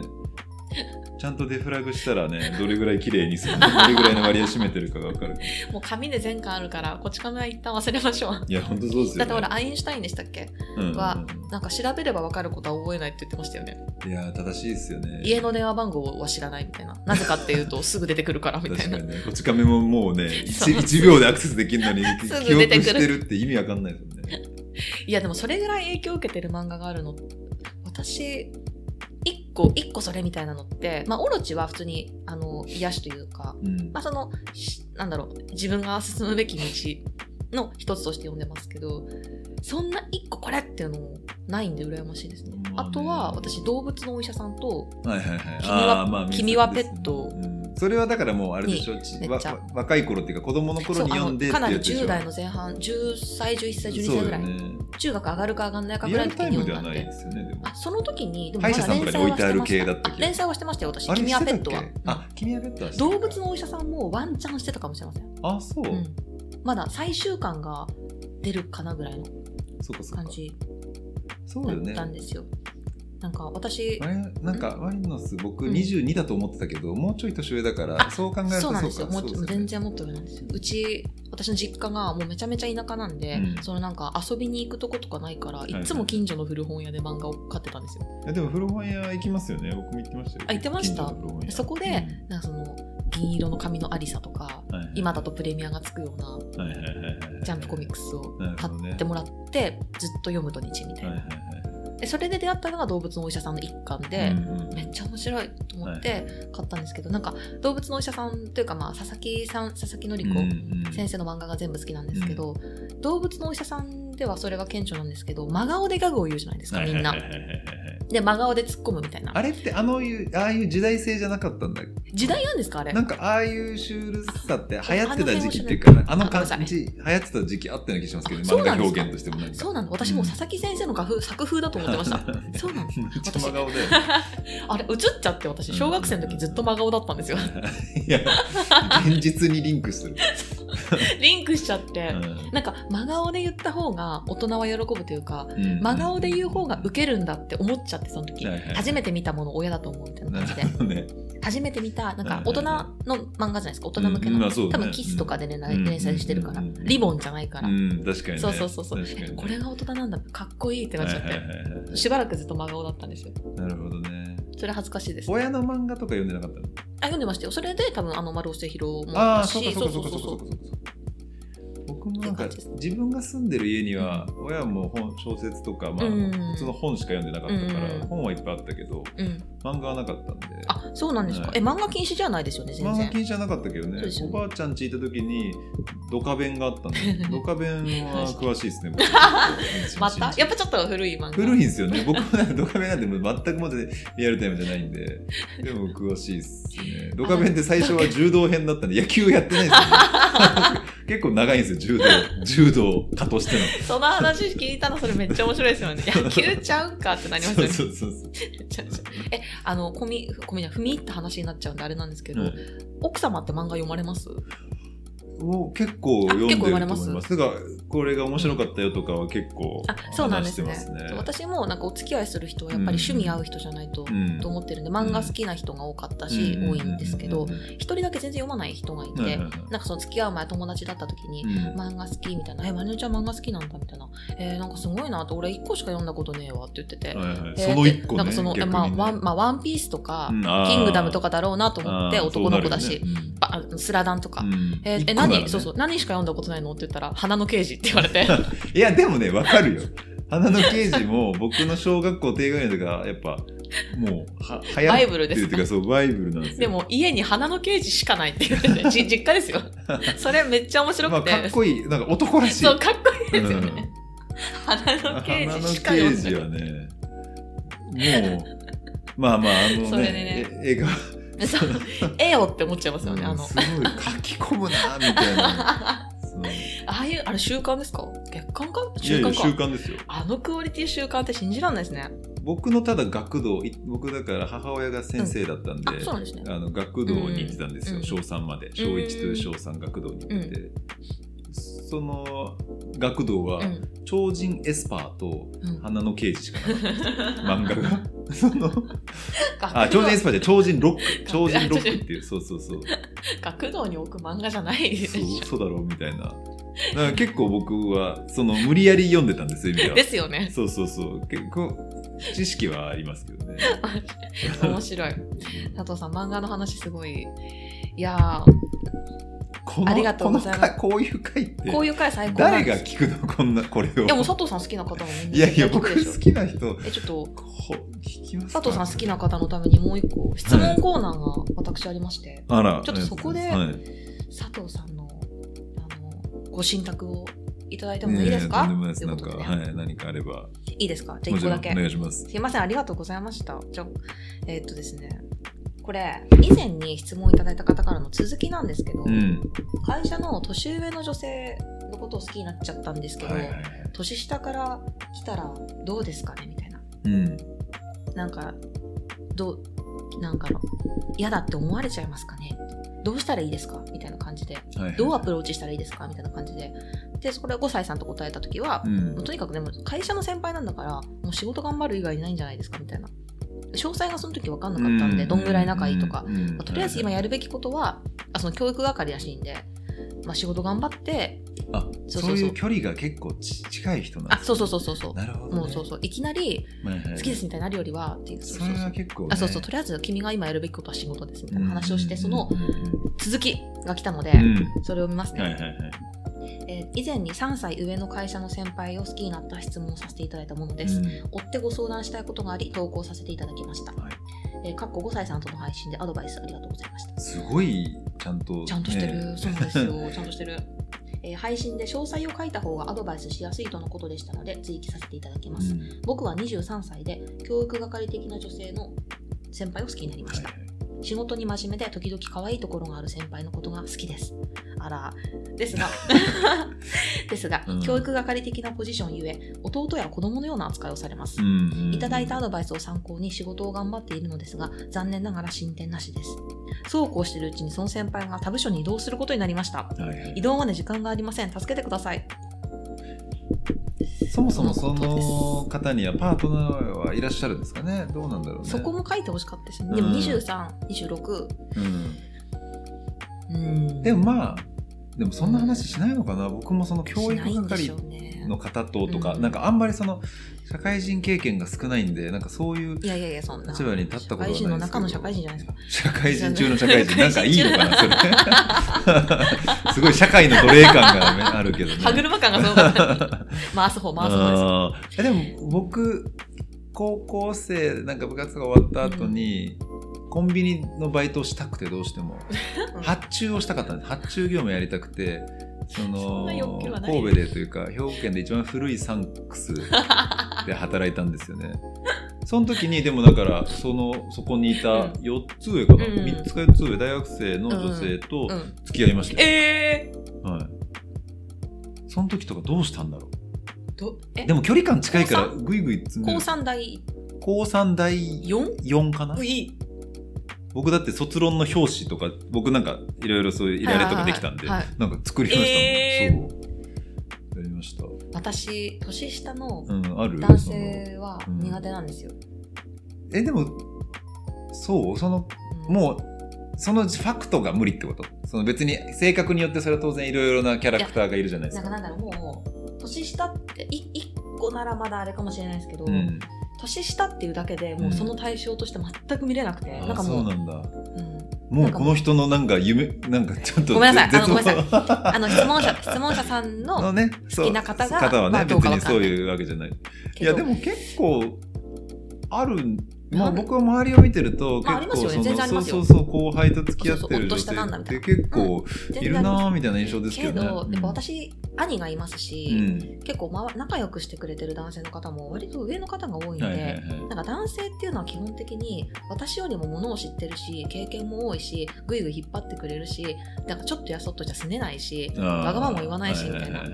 B: ちゃんとデフラグしたらねどれぐらい綺麗にするのどれぐらいの割合占めてるかが分かる
A: もう紙で全巻あるからこち亀は一旦忘れましょう
B: いや本当そうですよ、ね、
A: だってほらアインシュタインでしたっけ
B: うんうんうん
A: はなんか調べれば分かることは覚えないって言ってましたよね
B: いや正しいですよね
A: 家の電話番号は知らないみたいななぜかっていうとすぐ出てくるからみたい
B: 確
A: な
B: かにねこち亀ももう ね
A: そう
B: 1, 秒でアクセスできる のに
A: すぐ出
B: 記
A: て
B: 憶
A: くる
B: してるって意味わかんないですよね
A: いやでもそれぐらい影響を受けてる漫画があるの私一個一個それみたいなのって、まあ、オロチは普通にあの癒しというか、
B: うん
A: まあ、そのしなんだろう自分が進むべき道の一つとして読んでますけどそんな一個これっていうのもないんで羨ましいですね。
B: まあ
A: あ
B: ね
A: とは私動物のお医者さんと
B: はいはい はい
A: 君は
B: あーまあ
A: 君はペット
B: うんそれはだからもうあれでしょち
A: めっ
B: わ
A: ちゃ
B: わ若い頃っていうか子供の頃
A: そう
B: に
A: あ
B: 読んで
A: の
B: っ
A: か
B: て
A: なり
B: やつでし
A: 10
B: ょ
A: 代の前半10歳11歳12歳ぐらい、
B: そうよね
A: 中学上がるか上がんないかぐ
B: リ
A: ら
B: ア
A: いの
B: ル
A: 時
B: タイ
A: に
B: ムで
A: 読
B: は
A: んだん
B: ない
A: で
B: ですよねでも
A: あその時にでも
B: 歯
A: ま
B: 医者
A: だ
B: さん
A: 連
B: とか
A: 載は
B: に置い
A: して
B: ある
A: ま
B: 系
A: し
B: だ
A: た
B: った
A: あ
B: 気が
A: 連載はしてましたよ私
B: あれ
A: 君はペットは
B: してたっけあ君はペットはしてた
A: 動物のお医者さんもワンチャンしてたかもしれません、
B: あそう、
A: うんまだ最終巻が出るかなぐらいの
B: そうかそうか
A: 感じ
B: そう
A: だ
B: だよ
A: っ
B: ね
A: たんですよなんか私
B: あれなんかマリノス僕
A: うん
B: 22だと思ってたけど、もうちょい年上だから
A: あ
B: そう考えると
A: そうなんです
B: か
A: よもう
B: そうだよ
A: 全
B: ね
A: 然もっと上なんですようち私の実家がもうめちゃめちゃ田舎なんで、
B: うん
A: そのなんか遊びに行くとことかないからいつも近所の古本屋で漫画を買ってたんですよ
B: いやでも古本屋行きますよね僕も行ってましたよ
A: あ行ってました
B: 近所の古本屋
A: そこでなんかその銀色の髪のありさとか
B: うんはいはい
A: 今だとプレミアがつくような
B: はいはいはいはい
A: ジャンプコミックスを買ってもらって、ずっと読む土日みたい
B: はい
A: な、
B: はいはい
A: でそれで出会ったのが動物のお医者さんの一環で
B: う、んうん
A: めっちゃ面白いと思って買ったんですけど、なんか動物のお医者さんというか、まあ、佐々木さん佐々木典子、
B: うんうん
A: 先生の漫画が全部好きなんですけど、動物のお医者さんではそれが顕著なんですけど真顔でギャグを言うじゃないですかみんな、
B: はいはいはいはいはいはい
A: で真顔で突っ込むみたいな
B: あれってあのいうああいう時代性じゃなかったんだっけ
A: 時代なんですかあれ
B: なんかああいうシュールさって流行ってた時期っていうかあ
A: あの
B: の
A: 辺面白い
B: 感じ流行ってた時期あったような気しますけど
A: あそう
B: 漫
A: な
B: 画
A: んです
B: 表
A: か
B: 現としてもなんか
A: そうなの私もう佐々木先生の画風作風だと思って ましたそうなの
B: め っちゃ真顔で
A: あれ映っちゃって私小学生の時ずっと真顔だったんですよ
B: いや現実にリンクする、
A: リンクしちゃって、
B: うん
A: なんか真顔で言った方が大人は喜ぶというか
B: うん
A: 真顔で言う方がウケるんだって思っちゃってその時、
B: はいはい
A: 初めて見たものを親だと思うみたいな
B: な
A: 感じ
B: る
A: で
B: ほどね
A: 初めて見たなん
B: は
A: か
B: い
A: 大
B: はい
A: 人の
B: は
A: 漫画じゃないですか大人向け
B: う
A: の、
B: んまあそうだ
A: 多
B: ね
A: 分キスとかでね、
B: うん
A: 連載してるから、
B: うん
A: リボンじゃないから、
B: うん確かにね
A: そうそうそうそう、
B: 確かにね
A: これが大人なんだかっこいいってなっちゃって、
B: はいはいはいは
A: しばらくずっと真顔だったんですよ
B: いなるほどね
A: それ恥ずかしいです、ね、
B: 親の漫画とか読んでなかったの
A: あ読んでましたよそれで多分あの丸尾瀬弘も
B: あ
A: あ
B: あ
A: った
B: そう
A: し
B: かそうかそうか
A: そ
B: そうう
A: そ
B: か
A: う
B: そう
A: そ
B: か
A: う
B: 僕もなん
A: そう
B: か
A: いう感じです
B: 自分が住んでる家には親も本小説とか、まあ
A: うん
B: 普通の本しか読んでなかったから、
A: うん
B: 本はいっぱいあったけど
A: うん、
B: 漫画はなかったんで
A: あそうなんですか、
B: はい
A: え漫画禁止じゃないですよね全
B: 漫画
A: 然
B: 禁止じゃなかったけどね
A: そうですよ
B: お
A: ね
B: ばあちゃん家行った時にドカベンがあった んでドカベンは詳しいですね僕
A: またやっぱちょっと古い漫画
B: 古いんですよね。僕もなんかドカベンなんてもう全くまだリアルタイムじゃないんで、でも詳しいっす ね。ドカベンって最初は柔道編だったんで、野球やってないんですよ、ね。結構長いんですよ、柔道。柔道家としての。
A: その話聞いたの、それめっちゃ面白いですよね。野球ちゃうんかってなります
B: そ
A: よ
B: う
A: ね。
B: そうそうそう。
A: めっちゃ面白いえ、あの、込み、込みじゃない踏み入った話になっちゃうんであれなんですけど、
B: うん
A: 奥様って漫画読まれます
B: を結構読んでると思いま。
A: あ結構読まれます
B: だから、これが面白かったよとかは結構
A: あ、そうなんで
B: 話し
A: す
B: て
A: ね。
B: ますね。
A: そう私もなんかお付き合いする人はやっぱり趣味合う人じゃないと、
B: うん
A: と思ってるんで、漫画好きな人が多かったし、多いんですけど、一人だけ全然読まない人がいて、
B: はいはいはい
A: なんかその付き合う前友達だった時に、
B: うん
A: 漫画好きみたいな、え、まりのちゃん漫画好きなんだみたいな、えーなんかすごいなって、俺1個しか読んだことねえわって言ってて、
B: はいはい
A: えー
B: その一個ね。
A: なんかその、えまあ、ワン、まあ、ワンピースとか、キングダムとか
B: か
A: だろうなと思って、男の子だし、ばあのスラダンとか。えーえ、何、そうそう、何しか読んだことないのって言ったら、花の刑事って言われ て。
B: いや、でもね、わかるよ。花の刑事も 僕の小学校低学年とか、やっぱ、もう、は、流行
A: バ
B: っ
A: イブル
B: て
A: で
B: る
A: す
B: っていうか、そう、バイブルなんですよ。
A: でも、家に花の刑事しかないって言ってて、じ実家です よ。それめっちゃ面白
B: まあ、
A: くて。
B: かっこいい、なんか男らしい。
A: そう、かっこいいですよ
B: うん
A: ね。花の刑
B: 花の
A: 事しか読
B: 刑
A: んで
B: 事
A: ない
B: はね、もう、まあまあ、あの
A: それで
B: ね
A: ね、
B: え映画、
A: そうええよって思っちゃいますよね、あ
B: うん
A: の
B: す。ごい書き込むな、みたいな。
A: あ
B: そうい
A: あいう、あれ習慣ですか月間か
B: や
A: 習
B: いや、習
A: 慣か。
B: 慣ですよ。
A: あのクオリティ習慣って信じらんないですね。
B: 僕のただ学童、い僕だから母親が先生だったんで、
A: あ、そうなんですね。
B: あの学童に行ってたんですよ、
A: うん
B: 小3まで小1と小3学童に行ってて、その学童は
A: うん。
B: 超人エスパーと
A: うん
B: 花の刑事しか なかった漫画が その
A: 学童
B: あ超人エスパーじゃない超人ロック超人ロッ クっていうそうそうそう
A: 学童に置く漫画じゃないで
B: そう
A: しょ。
B: 嘘だろうみたいなだから結構僕はその無理やり読んでたんですよ意味は
A: ですよね。
B: そうそうそう結構知識はありますけどね
A: 面白い。佐藤さん、漫画の話すごい。いやー、
B: この
A: ありがとうございます
B: この回こういう回って
A: こういう回最高なん
B: 誰
A: で
B: が
A: す。
B: 聞くのこんなこれを
A: いや、もう佐藤さん好きな方もみんない
B: やいや、
A: 大丈夫
B: 僕
A: でしょ
B: 好きな人、
A: え、ちょっと、
B: こう聞きますか
A: 佐藤さん好きな方のためにもう一個、質問コーナーが私ありまして、
B: あら、
A: ちょっとそこで
B: はい、
A: 佐藤さんの、あの、ご信託をいただいてもいいですか
B: ややとんでもないで
A: と
B: す。
A: い
B: な
A: うんこ
B: か、
A: とで
B: はい、何かあれば。
A: いいですかじゃあ一個だけ
B: もちろんお。願いします。
A: すいません、ありがとうございました。じゃあ、えーっとですね、これ、以前に質問いただいた方からの続きなんですけど、
B: うん。
A: 会社の年上の女性のことを好きになっちゃったんですけど、
B: はいはいはい。
A: 年下から来たらどうですかねみたいな。
B: うん。
A: なんか、どう、なんかの、嫌だって思われちゃいますかねどうしたらいいですかみたいな感じで。
B: はいはい
A: どうアプローチしたらいいですかみたいな感じで。で、そこで5歳さんと答えたときは
B: う、ん
A: もう。とにかくでも会社の先輩なんだから、もう仕事頑張る以外にないんじゃないですかみたいな。詳細がその時分かんなかったんで、どんぐらい仲いいとか。
B: うん、う
A: ま
B: ん
A: あとりあえず今やるべきことは、あその教育係らしいんで、まあ、仕事頑張って、
B: あ
A: そうそうそう
B: そういう距離が結構ち近い人なん
A: あ、
B: です
A: そうそうそうそうそう。
B: なるほど、ね。
A: もうそうそう。いきなり、
B: はいはい。
A: 好きです
B: ね。
A: みたいになるよりは、っていう。
B: それは結構、ね。
A: あそうそうとりあえず君が今やるべきことは仕事ですみたいな話をして、
B: うん
A: その、続きが来たので、
B: うん。うん
A: それを見ますね、
B: はいはいはい。
A: えー以前に3歳上の会社の先輩を好きになった質問をさせていただいたものです、
B: うん
A: 追ってご相談したいことがあり投稿させていただきました、
B: はい
A: えーかっこ5歳さんとの配信でアドバイスありがとうございました
B: すごい、ちゃんと、ね。
A: ちゃんとしてる、 そうなんですよちゃんとしてるえー配信で詳細を書いた方がアドバイスしやすいとのことでしたので追記させていただきます、
B: うん
A: 僕は23歳で教育係的な女性の先輩を好きになりま
B: は
A: し
B: い
A: た
B: は、い
A: 仕事に真面目で時々可愛いところがある先輩のことが好きです。あら、です が、ですが、
B: うん
A: 教育係的なポジションゆえ、弟や子供のような扱いをされます
B: う。んうんうん
A: いただいたアドバイスを参考に仕事を頑張っているのですが、残念ながら進展なしです。そうこうしているうちにその先輩が他部署に移動することになりました。
B: はいはい
A: 移動まで時間がありません。助けてください。
B: そもそもそ
A: そうです
B: の方にはパートナーはいらっしゃるんですかねどうなんだろうね。
A: そこも書いてほしかったですね。でも
B: うん
A: 23、26。
B: うん、
A: うん
B: でもまあでもそんな話しないのかな、僕もその教
A: しない
B: 育
A: んでしょ
B: 係
A: うね
B: の方ととか、
A: うん
B: なんかあんまりその社会人経験が少ないんでなんかそういう
A: いやいやいや、そんな。
B: 立場に立ったことはない
A: 社会
B: ですけ
A: 人
B: ど
A: の中の社会人じゃないですか。
B: 社会人中の社会人
A: 社
B: なん
A: 会
B: か
A: 人
B: いい
A: 中
B: のかな それすごい社会の奴隷感がね、あるけどね。
A: 歯車感がすごかった。回す方、回す方です。
B: あーえでも僕高校生なんか部活が終わった後に、コンビニのバイトをしたくてどう しても
A: うん
B: 発注をしたかったんです発注業務やりたくてその
A: そんな欲求はない
B: 神戸でというか兵庫県で一番古いサンクス で働いたんですよねその時にでもだからそのそこにいた4つ上かな、
A: うん
B: 3つか4つ上大学生の女性と
A: うん。
B: 付き合いましたよ、
A: ええ
B: はい、その時とかどうしたんだろ
A: どえ
B: う。でも距離感近いから、
A: 高
B: ぐいぐい詰め
A: 高
B: る。
A: 三第
B: 高3第
A: 4?
B: 4かな
A: うい
B: 僕だって卒論の表紙とか、僕なんかいろいろそういういられとかできたんで、
A: はいはいは
B: なんか作りましたもん。
A: え
B: そう。やりました。
A: 私年下の
B: うん、ある
A: 男
B: その
A: 性は苦手なんですよ、
B: え、でも、そうその、
A: うん
B: もう、そのファクトが無理ってことその別に性格によってそれは当然いろいろなキャラクターがいるじゃないで
A: な
B: す
A: んか
B: か。
A: なんだろうもう年下ってい一個ならまだあれかもしれないですけど、
B: うん、
A: 年下っていうだけでもうその対象として全く見れなくて、なん
B: あ
A: か
B: そ
A: も
B: う
A: う
B: なんだ。
A: うん
B: もうこの人のなんか夢、なんかちょっと
A: ごめんなさいあの
B: 絶望
A: あの質問者質問者さんの
B: のね、そう
A: 好きな方が
B: 方はね、
A: まあど
B: 別
A: うか
B: に
A: わかん
B: そ
A: ないう
B: いうわけじゃない。い
A: けど
B: や、でも結構、ある、ま
A: な
B: あ
A: ん
B: 僕は周りを見てると、
A: まああります
B: 結
A: よ
B: 構
A: ね
B: そ
A: 全
B: の
A: 然ありますよ
B: そうそうそう、後輩と付き合ってる
A: そ
B: 女
A: うそうお年下なんだ
B: 性っ
A: みたい
B: て
A: な
B: 結構
A: 全
B: い
A: 然
B: るなーみたいな印象ですけ
A: け
B: どね。
A: ど、
B: うん
A: やっぱ私兄がいますし、
B: うん
A: 結構、まわ、仲良くしてくれてる男性の方も割と上の方が多いんで、
B: はいはいはい
A: なんか男性っていうのは基本的に私よりもものを知ってるし経験も多いしぐいぐい引っ張ってくれるしなんかちょっとやそっとじゃすねないし
B: あー
A: わがままも言わないし
B: ははは
A: み
B: はは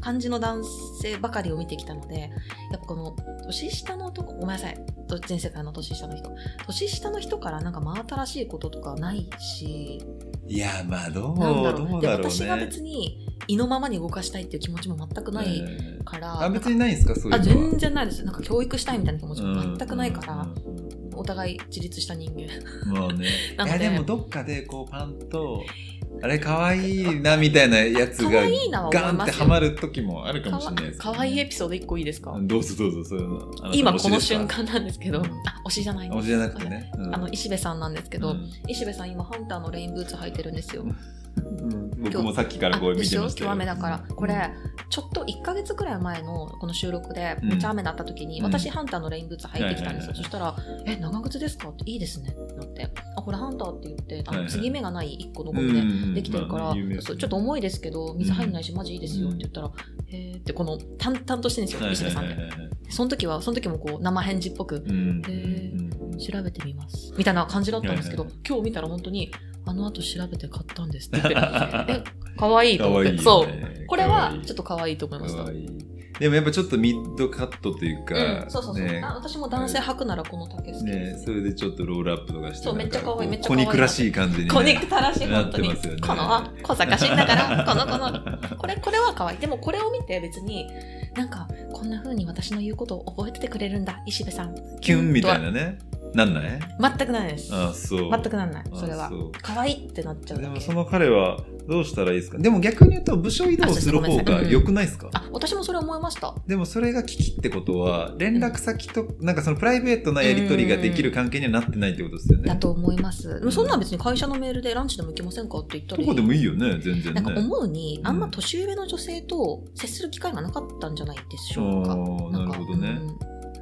A: 感じの男性ばかりを見てきたのでやっぱこの年下の男ごめんなさいど全世界の年下の人年下の人からなんか真新しいこととかないし
B: いやーまあどう
A: なんだ
B: ど
A: ろ
B: う
A: うで
B: だろう
A: 私が
B: ね。
A: 別に胃のままに動かしたいっていう気持ちも全くない
B: えー
A: から、
B: あ別にないんですかそういうの
A: あ
B: は。
A: 全然ないですなんか教育したいみたいな気持ちも
B: うん
A: 全くないから、
B: うんうんうん
A: お互い自立した人間
B: まあね。
A: ないの
B: や
A: で
B: でもどっかでこうパンと、あれ可愛いなみたいなやつが
A: 可愛いなは思い
B: ガンっ
A: ま
B: て
A: すよ
B: ハマる時もあるか
A: か
B: もし
A: わ
B: れないですね。
A: かわいいエピソード1個いいですか、
B: どうぞどうぞ、そういうの。あなた
A: 今
B: 推し
A: この
B: ですか
A: 瞬。間なんですけど、
B: うん
A: あ推しじゃないんで
B: 推
A: す
B: しじゃなくてね。うん
A: あの石部さんなんですけど、
B: うん
A: 石部さん今ハンターのレインブーツ履いてるんですよ
B: うん僕もさっきから
A: あ
B: こう
A: で
B: 見
A: して
B: ま
A: ょ
B: した
A: 今日雨だから、こ
B: うん
A: れちょっと1か月くらい前のこの収録で
B: うん
A: めっちゃ雨だった時に、
B: うん
A: 私ハンターのレインブーツ履いてきたんですよ、
B: はいはいはい
A: そしたら「え長靴ですか?」って「いいですね」ってなって「あこれハンター」って言ってあ
B: はい
A: の
B: はい
A: 継ぎ目がない1個のゴ
B: う
A: ム
B: ん
A: で
B: うん
A: できてるから、
B: まあ有名です
A: そ
B: ね
A: うちょっと重いですけど水入んないし、マジいいですよって言ったら、へーってこの淡々としてるんですよ、石部さんって、
B: はいはいはいはい
A: その時はその時もこう生返事っぽく
B: うん
A: へ
B: うん
A: 調べてみますみたいな感じだったんですけど、
B: はいは
A: 今日見たら本当にあの後調べて買ったんですって言ってえ 可愛いと
B: 可
A: 思って
B: 愛いよね
A: そうこれはちょっ
B: と
A: と可愛いと思いました
B: でもやっぱちょっとミッドカットというか、
A: うん、そうそうそう、
B: ね
A: あ私も男性履くならこの丈好きです、
B: ね、それでちょっとロールアップとかして
A: そうめっちゃ可愛いめ
B: なんかこ
A: っちゃ可愛い
B: 小肉らしい感じにね、
A: 小肉たらしい
B: な
A: 本
B: っ
A: 当
B: て
A: に、
B: ますよね
A: このあ小坂死んだ からこのこのこれこれは可愛いでもこれを見て別になんかこんな風に私の言うことを覚えててくれるんだ石部さん
B: キュンみたいなねなんない
A: 全くないです
B: あそう
A: 全くなんない
B: あ
A: それは
B: そう
A: 可愛いってなっちゃう
B: で
A: だ
B: も
A: け
B: その彼はどうしたらいいですかでも逆に言うと部署移動する方が良くないですか
A: あ私もそれ思いました
B: でもそれが危機ってことは連絡先と、なんかそのプライベートなやり取りができる関係にはなってないってことですよ
A: だ
B: ね
A: と思います。でもそんなん別に会社のメールでランチでも行けませんかって言った
B: ど
A: り。
B: こでもいいよね全然ね
A: なんか思うに、
B: うん
A: あんま年上の女性と接する機会がなかったんじゃないでし
B: あ
A: ょうか。
B: ーなんる
A: か
B: ほどね、
A: うん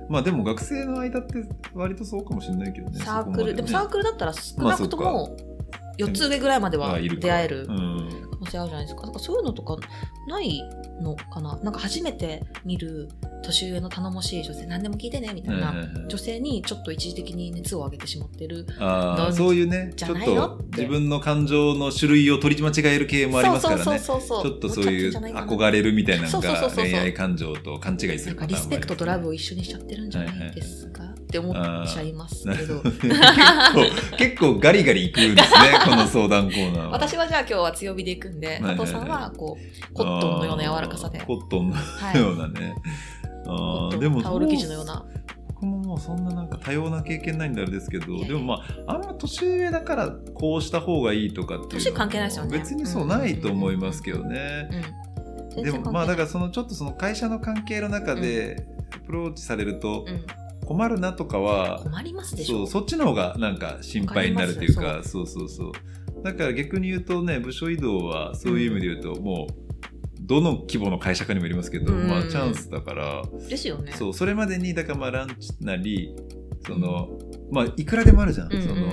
B: まあでも学生の間って割とそうかもしれないけどね
A: サークル、でもサークルだったら少なくと
B: まあ
A: も4つ上ぐらいまでは出会える
B: う
A: 可
B: ん、
A: 能性あるじゃないですか。だからそういうのとかないのかな。なんか初めて見る年上の頼もしい女性、何でも聞いてねみたいな女性にちょっと一時的に熱を上げてしまってる。
B: あ
A: ど
B: あ
A: う
B: そういうね
A: じ
B: ち
A: ゃ
B: ょっ
A: ないの
B: と
A: って
B: 自分の感情の種類を取り間違える系もありますからね
A: そうそうそうそう。
B: ちょっとそうい
A: 乗
B: う
A: っちゃってんじゃないかな
B: 憧れるみたいなの
A: そうそうそう
B: が
A: そうそう
B: 恋愛感情と勘違いす
A: なん
B: る
A: か
B: パ
A: リ
B: ター
A: ス
B: ンもあ
A: ペ
B: り
A: クトとラブを一緒にしちゃってるんじゃないですか、って思っちゃいますけど。
B: ます ね結構結構ガリガリいくんですねこの相談コーナーは
A: 私はじゃあ今日は強火で行くんで、
B: はいはいはい
A: 佐藤さんはこう、コットンのような柔らかさで、
B: あーコットンの
A: はい。
B: ようなねあ
A: コ
B: ー
A: ッ
B: で
A: ト
B: も
A: ンタオル生地のような。
B: 僕ももうそんななんか多様な経験ないんであれですけど
A: いやいや
B: でもまああんま年上だからこうした方がいいとかっていうのも
A: 年関係ないですよね
B: 別にそうないと思いますけどね、
A: うん。全
B: で
A: 然関係な
B: も
A: い
B: まあだからそのちょっとその会社の関係の中でアプローチされると
A: うん、
B: 困るなとかは、
A: 困りますでし
B: そ
A: ょ
B: うそっちの方がなんか心配になるというか
A: わか
B: そうそうそうだから逆に言うとね部署移動はそういう意味で言うともうどの規模の会社かにもよりますけど、
A: うん
B: まあチャンスだから、
A: ですよね。
B: そうそれまでにだからまあランチなりその、まあいくらでもあるじゃん,、
A: うんうんうん
B: その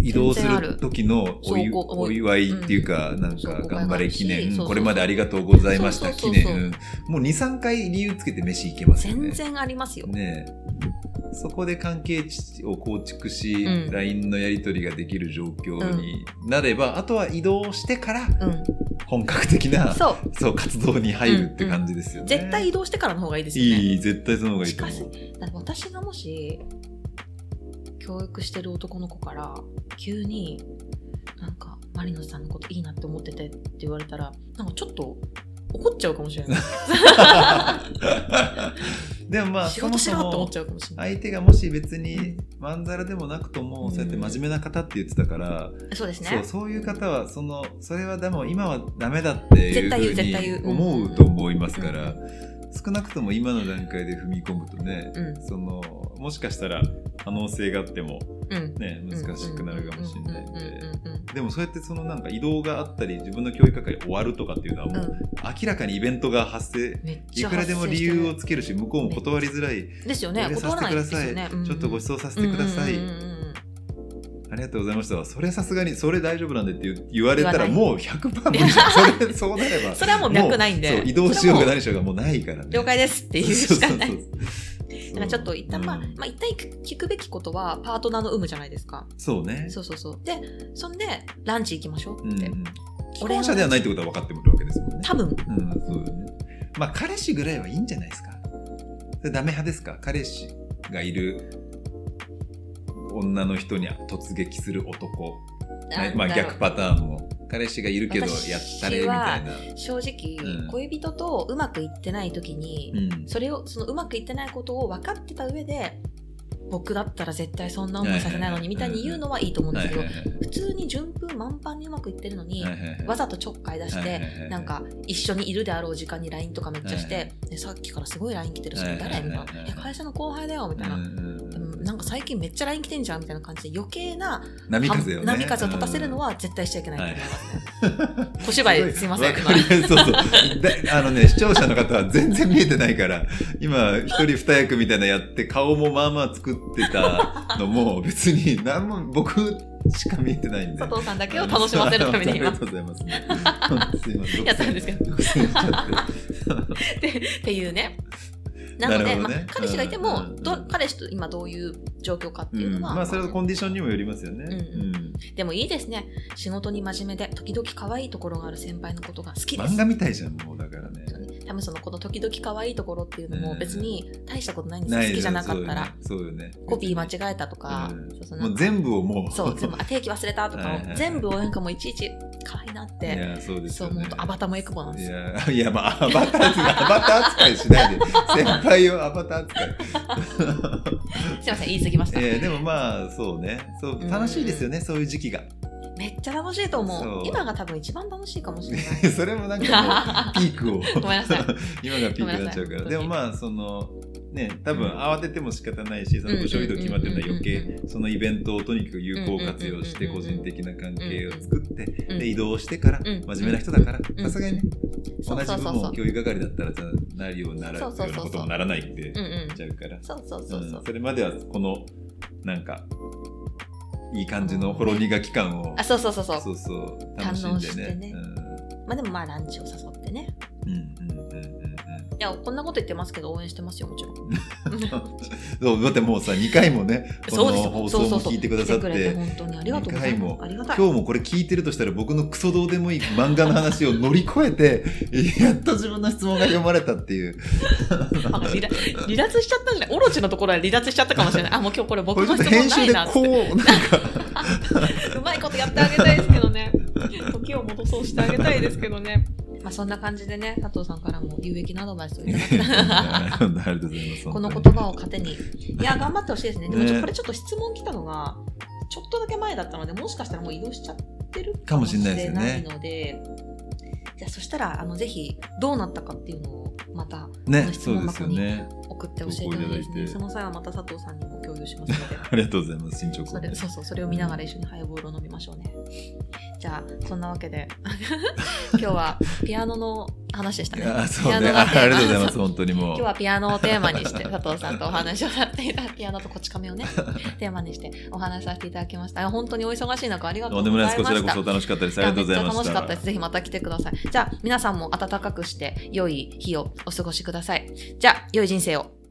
B: 移動す
A: 全然あ
B: る時のお
A: そう
B: 祝
A: こう
B: お祝いっていうか、
A: うん
B: なん
A: そう
B: か
A: こう
B: 頑張れ
A: そ
B: 記
A: う
B: 念
A: そう
B: これまでありがとうございました
A: そ
B: 記
A: うそうそう
B: 念
A: そう
B: うんもう23回理由つけて飯行けますよ
A: 全
B: ね
A: 然ありますよ。
B: ねえそこで関係値を構築し、
A: うん
B: LINE のやり取りができる状況になれば、あとは移動してから
A: うん、
B: 本格的な
A: そう
B: そう活動に入るって感じですよね。
A: 絶対移動してからの方がいいですよね
B: いい、絶対その方がいいと思う。
A: だって私がもし教育してる男の子から急になんかマリノさんのこといいなって思っててって言われたらなんかちょっと怒っちゃうかもしれ ない
B: でもまあ、
A: 仕
B: そ
A: 事
B: も
A: し
B: そ
A: ろって思
B: も
A: っちゃうかもしれない
B: 相手がもし別に
A: う
B: まんざらでもなくとも、
A: うん
B: そうやって真面目な方って言ってたから、
A: そうですね
B: そうそういう方はそのそれはでも今はダメだってい
A: 絶対言う絶対言
B: うふ
A: う
B: うに
A: うん
B: 思うと思いますから、
A: う
B: 少なくとも今の段階で踏み込むとね、
A: うん
B: そのもしかしたら可能性があっても、
A: うん
B: ね、難しくなるかもしれないん
A: うんうん
B: で。
A: うんうん
B: でもそうやってそのなんか移動があったり自分の教育係が終わるとかっていうのはも
A: うんう
B: うん明らかにイベントが発生
A: めっち
B: い
A: ゃ
B: くらでも理由をつけるし向こうも断りづらい
A: をですよ
B: 「
A: ね
B: 入れさ
A: 断
B: せ
A: ら
B: て
A: ない
B: く
A: ですよ」
B: ださい
A: ね
B: ちょっとごち
A: う
B: そうさせ
A: ん
B: てください」
A: うんうんうんうん
B: ありがとうございましたはそれはさすがにそれ大丈夫なんでって言言われたら
A: 言わない
B: もう100%無理じゃ んそれそうなれば
A: それはもう脈ないんで
B: もうそう移動しようが
A: それはも
B: 何しようがもうないからね
A: う了解ですっていうしかない
B: そうそうそうそう
A: なんかちょっと一旦まあ、
B: うん
A: まあ一旦聞くべきことはパートナーの有無じゃないですか。
B: そうね
A: そうそうそう。で、そんでランチ行きましょ
B: う
A: うん
B: う
A: っ
B: ん
A: て。
B: 既婚者ではないってことは分かってもらうわけですもんね
A: 多分、
B: うん、そうだね。まあ、彼氏ぐらいはいいんじゃないですか。それダメ派ですか彼氏がいる女の人に突撃する男。
A: なん
B: まあ、
A: だろう
B: 逆パターンも。彼氏がいるけど、やったれみたいな。
A: 正直、
B: うん
A: 恋人とうまくいってない時に、
B: うん。
A: それをそのうまくいってないことを分かってた上で僕だったら絶対そんな思いさせないのにみたいに言うのはいいと思うんで
B: はい
A: す
B: は
A: け
B: い
A: ど
B: はい
A: 普通に順風満帆にうまくいってるのに、
B: はいはいはい
A: わざとちょっかい出して、
B: はいはいはい
A: なんか一緒にいるであろう時間に LINE とかめっちゃして、
B: はいは
A: ねさっきからすごい LINE 来てるし、
B: はいはいはい
A: 誰みたいな、
B: はい
A: え会社の後輩だよみたいな、
B: うんうん
A: う
B: うん
A: んなんか最近めっちゃ LINE 来てんじゃんみたいな感じで余計な
B: 波風をね。
A: 波風を立たせるのは絶対しちゃいけないと思いますね、小芝居すいません
B: わかりますそうそう。であのね、視聴者の方は全然見えてないから、今、一人二役みたいなやって、顔もまあまあ作ってたのも、別に何も、僕しか見えてないんで。
A: 佐藤さんだけを楽しませるために
B: あ
A: 今
B: のありがとうございます。すいません。
A: やったんですけど
B: 独占しちゃって
A: って っていうね。なので、
B: なるほどね
A: まあ、彼氏がいても、
B: うんうんうん
A: ど彼氏と今どういう状況かっていううんのは、
B: まあ、それはコンディションにもよりますよね。
A: うんでもいいですね仕事に真面目で時々可愛いところがある先輩のことが好き
B: う
A: で
B: ん漫
A: す
B: 画。みたいじゃん、もうだからね。
A: 多分そのこの時々可愛いところっていうのも別に大したことないんですよ、
B: ない
A: 好きじゃなかったら、
B: そうよね。そうよね
A: コピー間違えたとか、
B: うん
A: そうそうな
B: も
A: ん
B: う
A: か
B: 全部をもう。
A: そう全部あ定期忘れたとか
B: は
A: を
B: いはいはい
A: 全部をなんかもういちいち可愛いなっ
B: い
A: て
B: や、そうです
A: そう
B: よね
A: 思うとアバターもエクボなん
B: い
A: ですよ。
B: や、いや、まあ、アバター扱い、アバター扱いしな いで、先輩をアバター扱い。
A: すいません言い過ぎました。
B: えーでもまあ、そうね。そう、楽しいですよね、そういう時期が。
A: めっちゃ楽しいと思
B: そうう
A: 今が多分一番楽しいかもしれな い。
B: それもなんか もう、ピークを。
A: ごめんなさい
B: 今がピークになっちゃうか
A: ごめんな
B: ら。
A: さい
B: でもまあ、その、ね、多分
A: うん
B: 慌てても仕方ないし、その、ご賞味度決まってるのは余
A: うんうんうん
B: 計、そのイベントをとにかく有効活用して、
A: うんうん
B: 個
A: うんうん
B: 人的な関係を作って、
A: うん
B: で、移動してから、
A: ん
B: 真面目な人だから
A: う、ん
B: さすがにね、
A: そう
B: 同じ
A: そう
B: 部
A: そうそ
B: 門
A: う。
B: 教育係だったらさ、なるようになら、よ
A: そううそうそうそう
B: なこともならないって
A: う
B: 言
A: んうん
B: っ。ちゃうから。
A: そうそうそうそう
B: うん。それまではこのなんかいい感じのほろ苦期間を、
A: あ、そうそうそうそう。
B: そうそう楽し
A: 堪
B: んでね
A: 能してねまあでもまあランチを誘ってね。
B: うんうんうんうんうん
A: いや、こんなこと言ってますけど応援してますよ、もちろん。
B: そうだってもうさ2回もねこ
A: そ
B: の
A: うですよ
B: 放送
A: そうそ
B: も
A: うそう
B: 聞いてくださっ
A: 来くれて
B: て
A: 本当にありがとうござい
B: 二回
A: ま
B: も
A: す。ありがたい。
B: 今日もこれ聞いてるとしたら僕のクソどうでもいい漫画の話を乗り越えて やっと自分の質問が読まれたっていう
A: あ離脱 離脱しちゃったんじゃないオロチのところは離脱しちゃったかもしれ ない。あ、もう今日これ
B: こ
A: 僕
B: れちょ
A: の
B: っと
A: 質問
B: 編
A: な
B: 集
A: い
B: で
A: なって。
B: こうなんか
A: うまいことやってあげたいですけどね。時を戻そうしてあげたいですけどね。まあそんな感じでね、佐藤さんからも有益なアドバイスをいただき
B: ありがとうござ います
A: この
B: 本当に
A: 言葉を糧に。いや、頑張ってほしいですね。でもちょ
B: ね
A: これちょっと質問来たのが、ちょっとだけ前だったので、もしかしたらもう移動しちゃってる
B: かもしれないですよね
A: かもしれないので、じゃあそしたら、あの、ぜひ、どうなったかっていうのをまたこ
B: ね
A: の質
B: そう
A: 問
B: です
A: 箱
B: よ
A: に
B: ね
A: 送って教えてほしいです
B: 投稿いただいて
A: ね。その際はまた佐藤さんにも共有しますの で。
B: ありがとうございます進捗
A: そ
B: をね
A: れそうそうそれを見ながら一緒にハイボールを飲みましょうねじゃあそんなわけで 今日はピアノの話でした
B: い
A: ね
B: やそ
A: ピ
B: う
A: ア
B: ね
A: ノ
B: あ
A: がテーマ
B: ありがとうございます本当にも
A: 今
B: う
A: 日はピアノをテーマにして佐藤さんとお話をさせていただきピアノとこち亀 をねテーマにしてお話しさせていただきましたあ本当にお忙しい中ありがと
B: と
A: うんご
B: で
A: ざ
B: も
A: い
B: ない
A: ま
B: で
A: した
B: すこちらこそ楽しかったですありがとうございま
A: めっちゃ
B: し
A: 楽しかった
B: た
A: ですぜひまた来てくださいじゃあ皆さんも暖かくして良い日をお過ごしくださいじゃあ良い人生を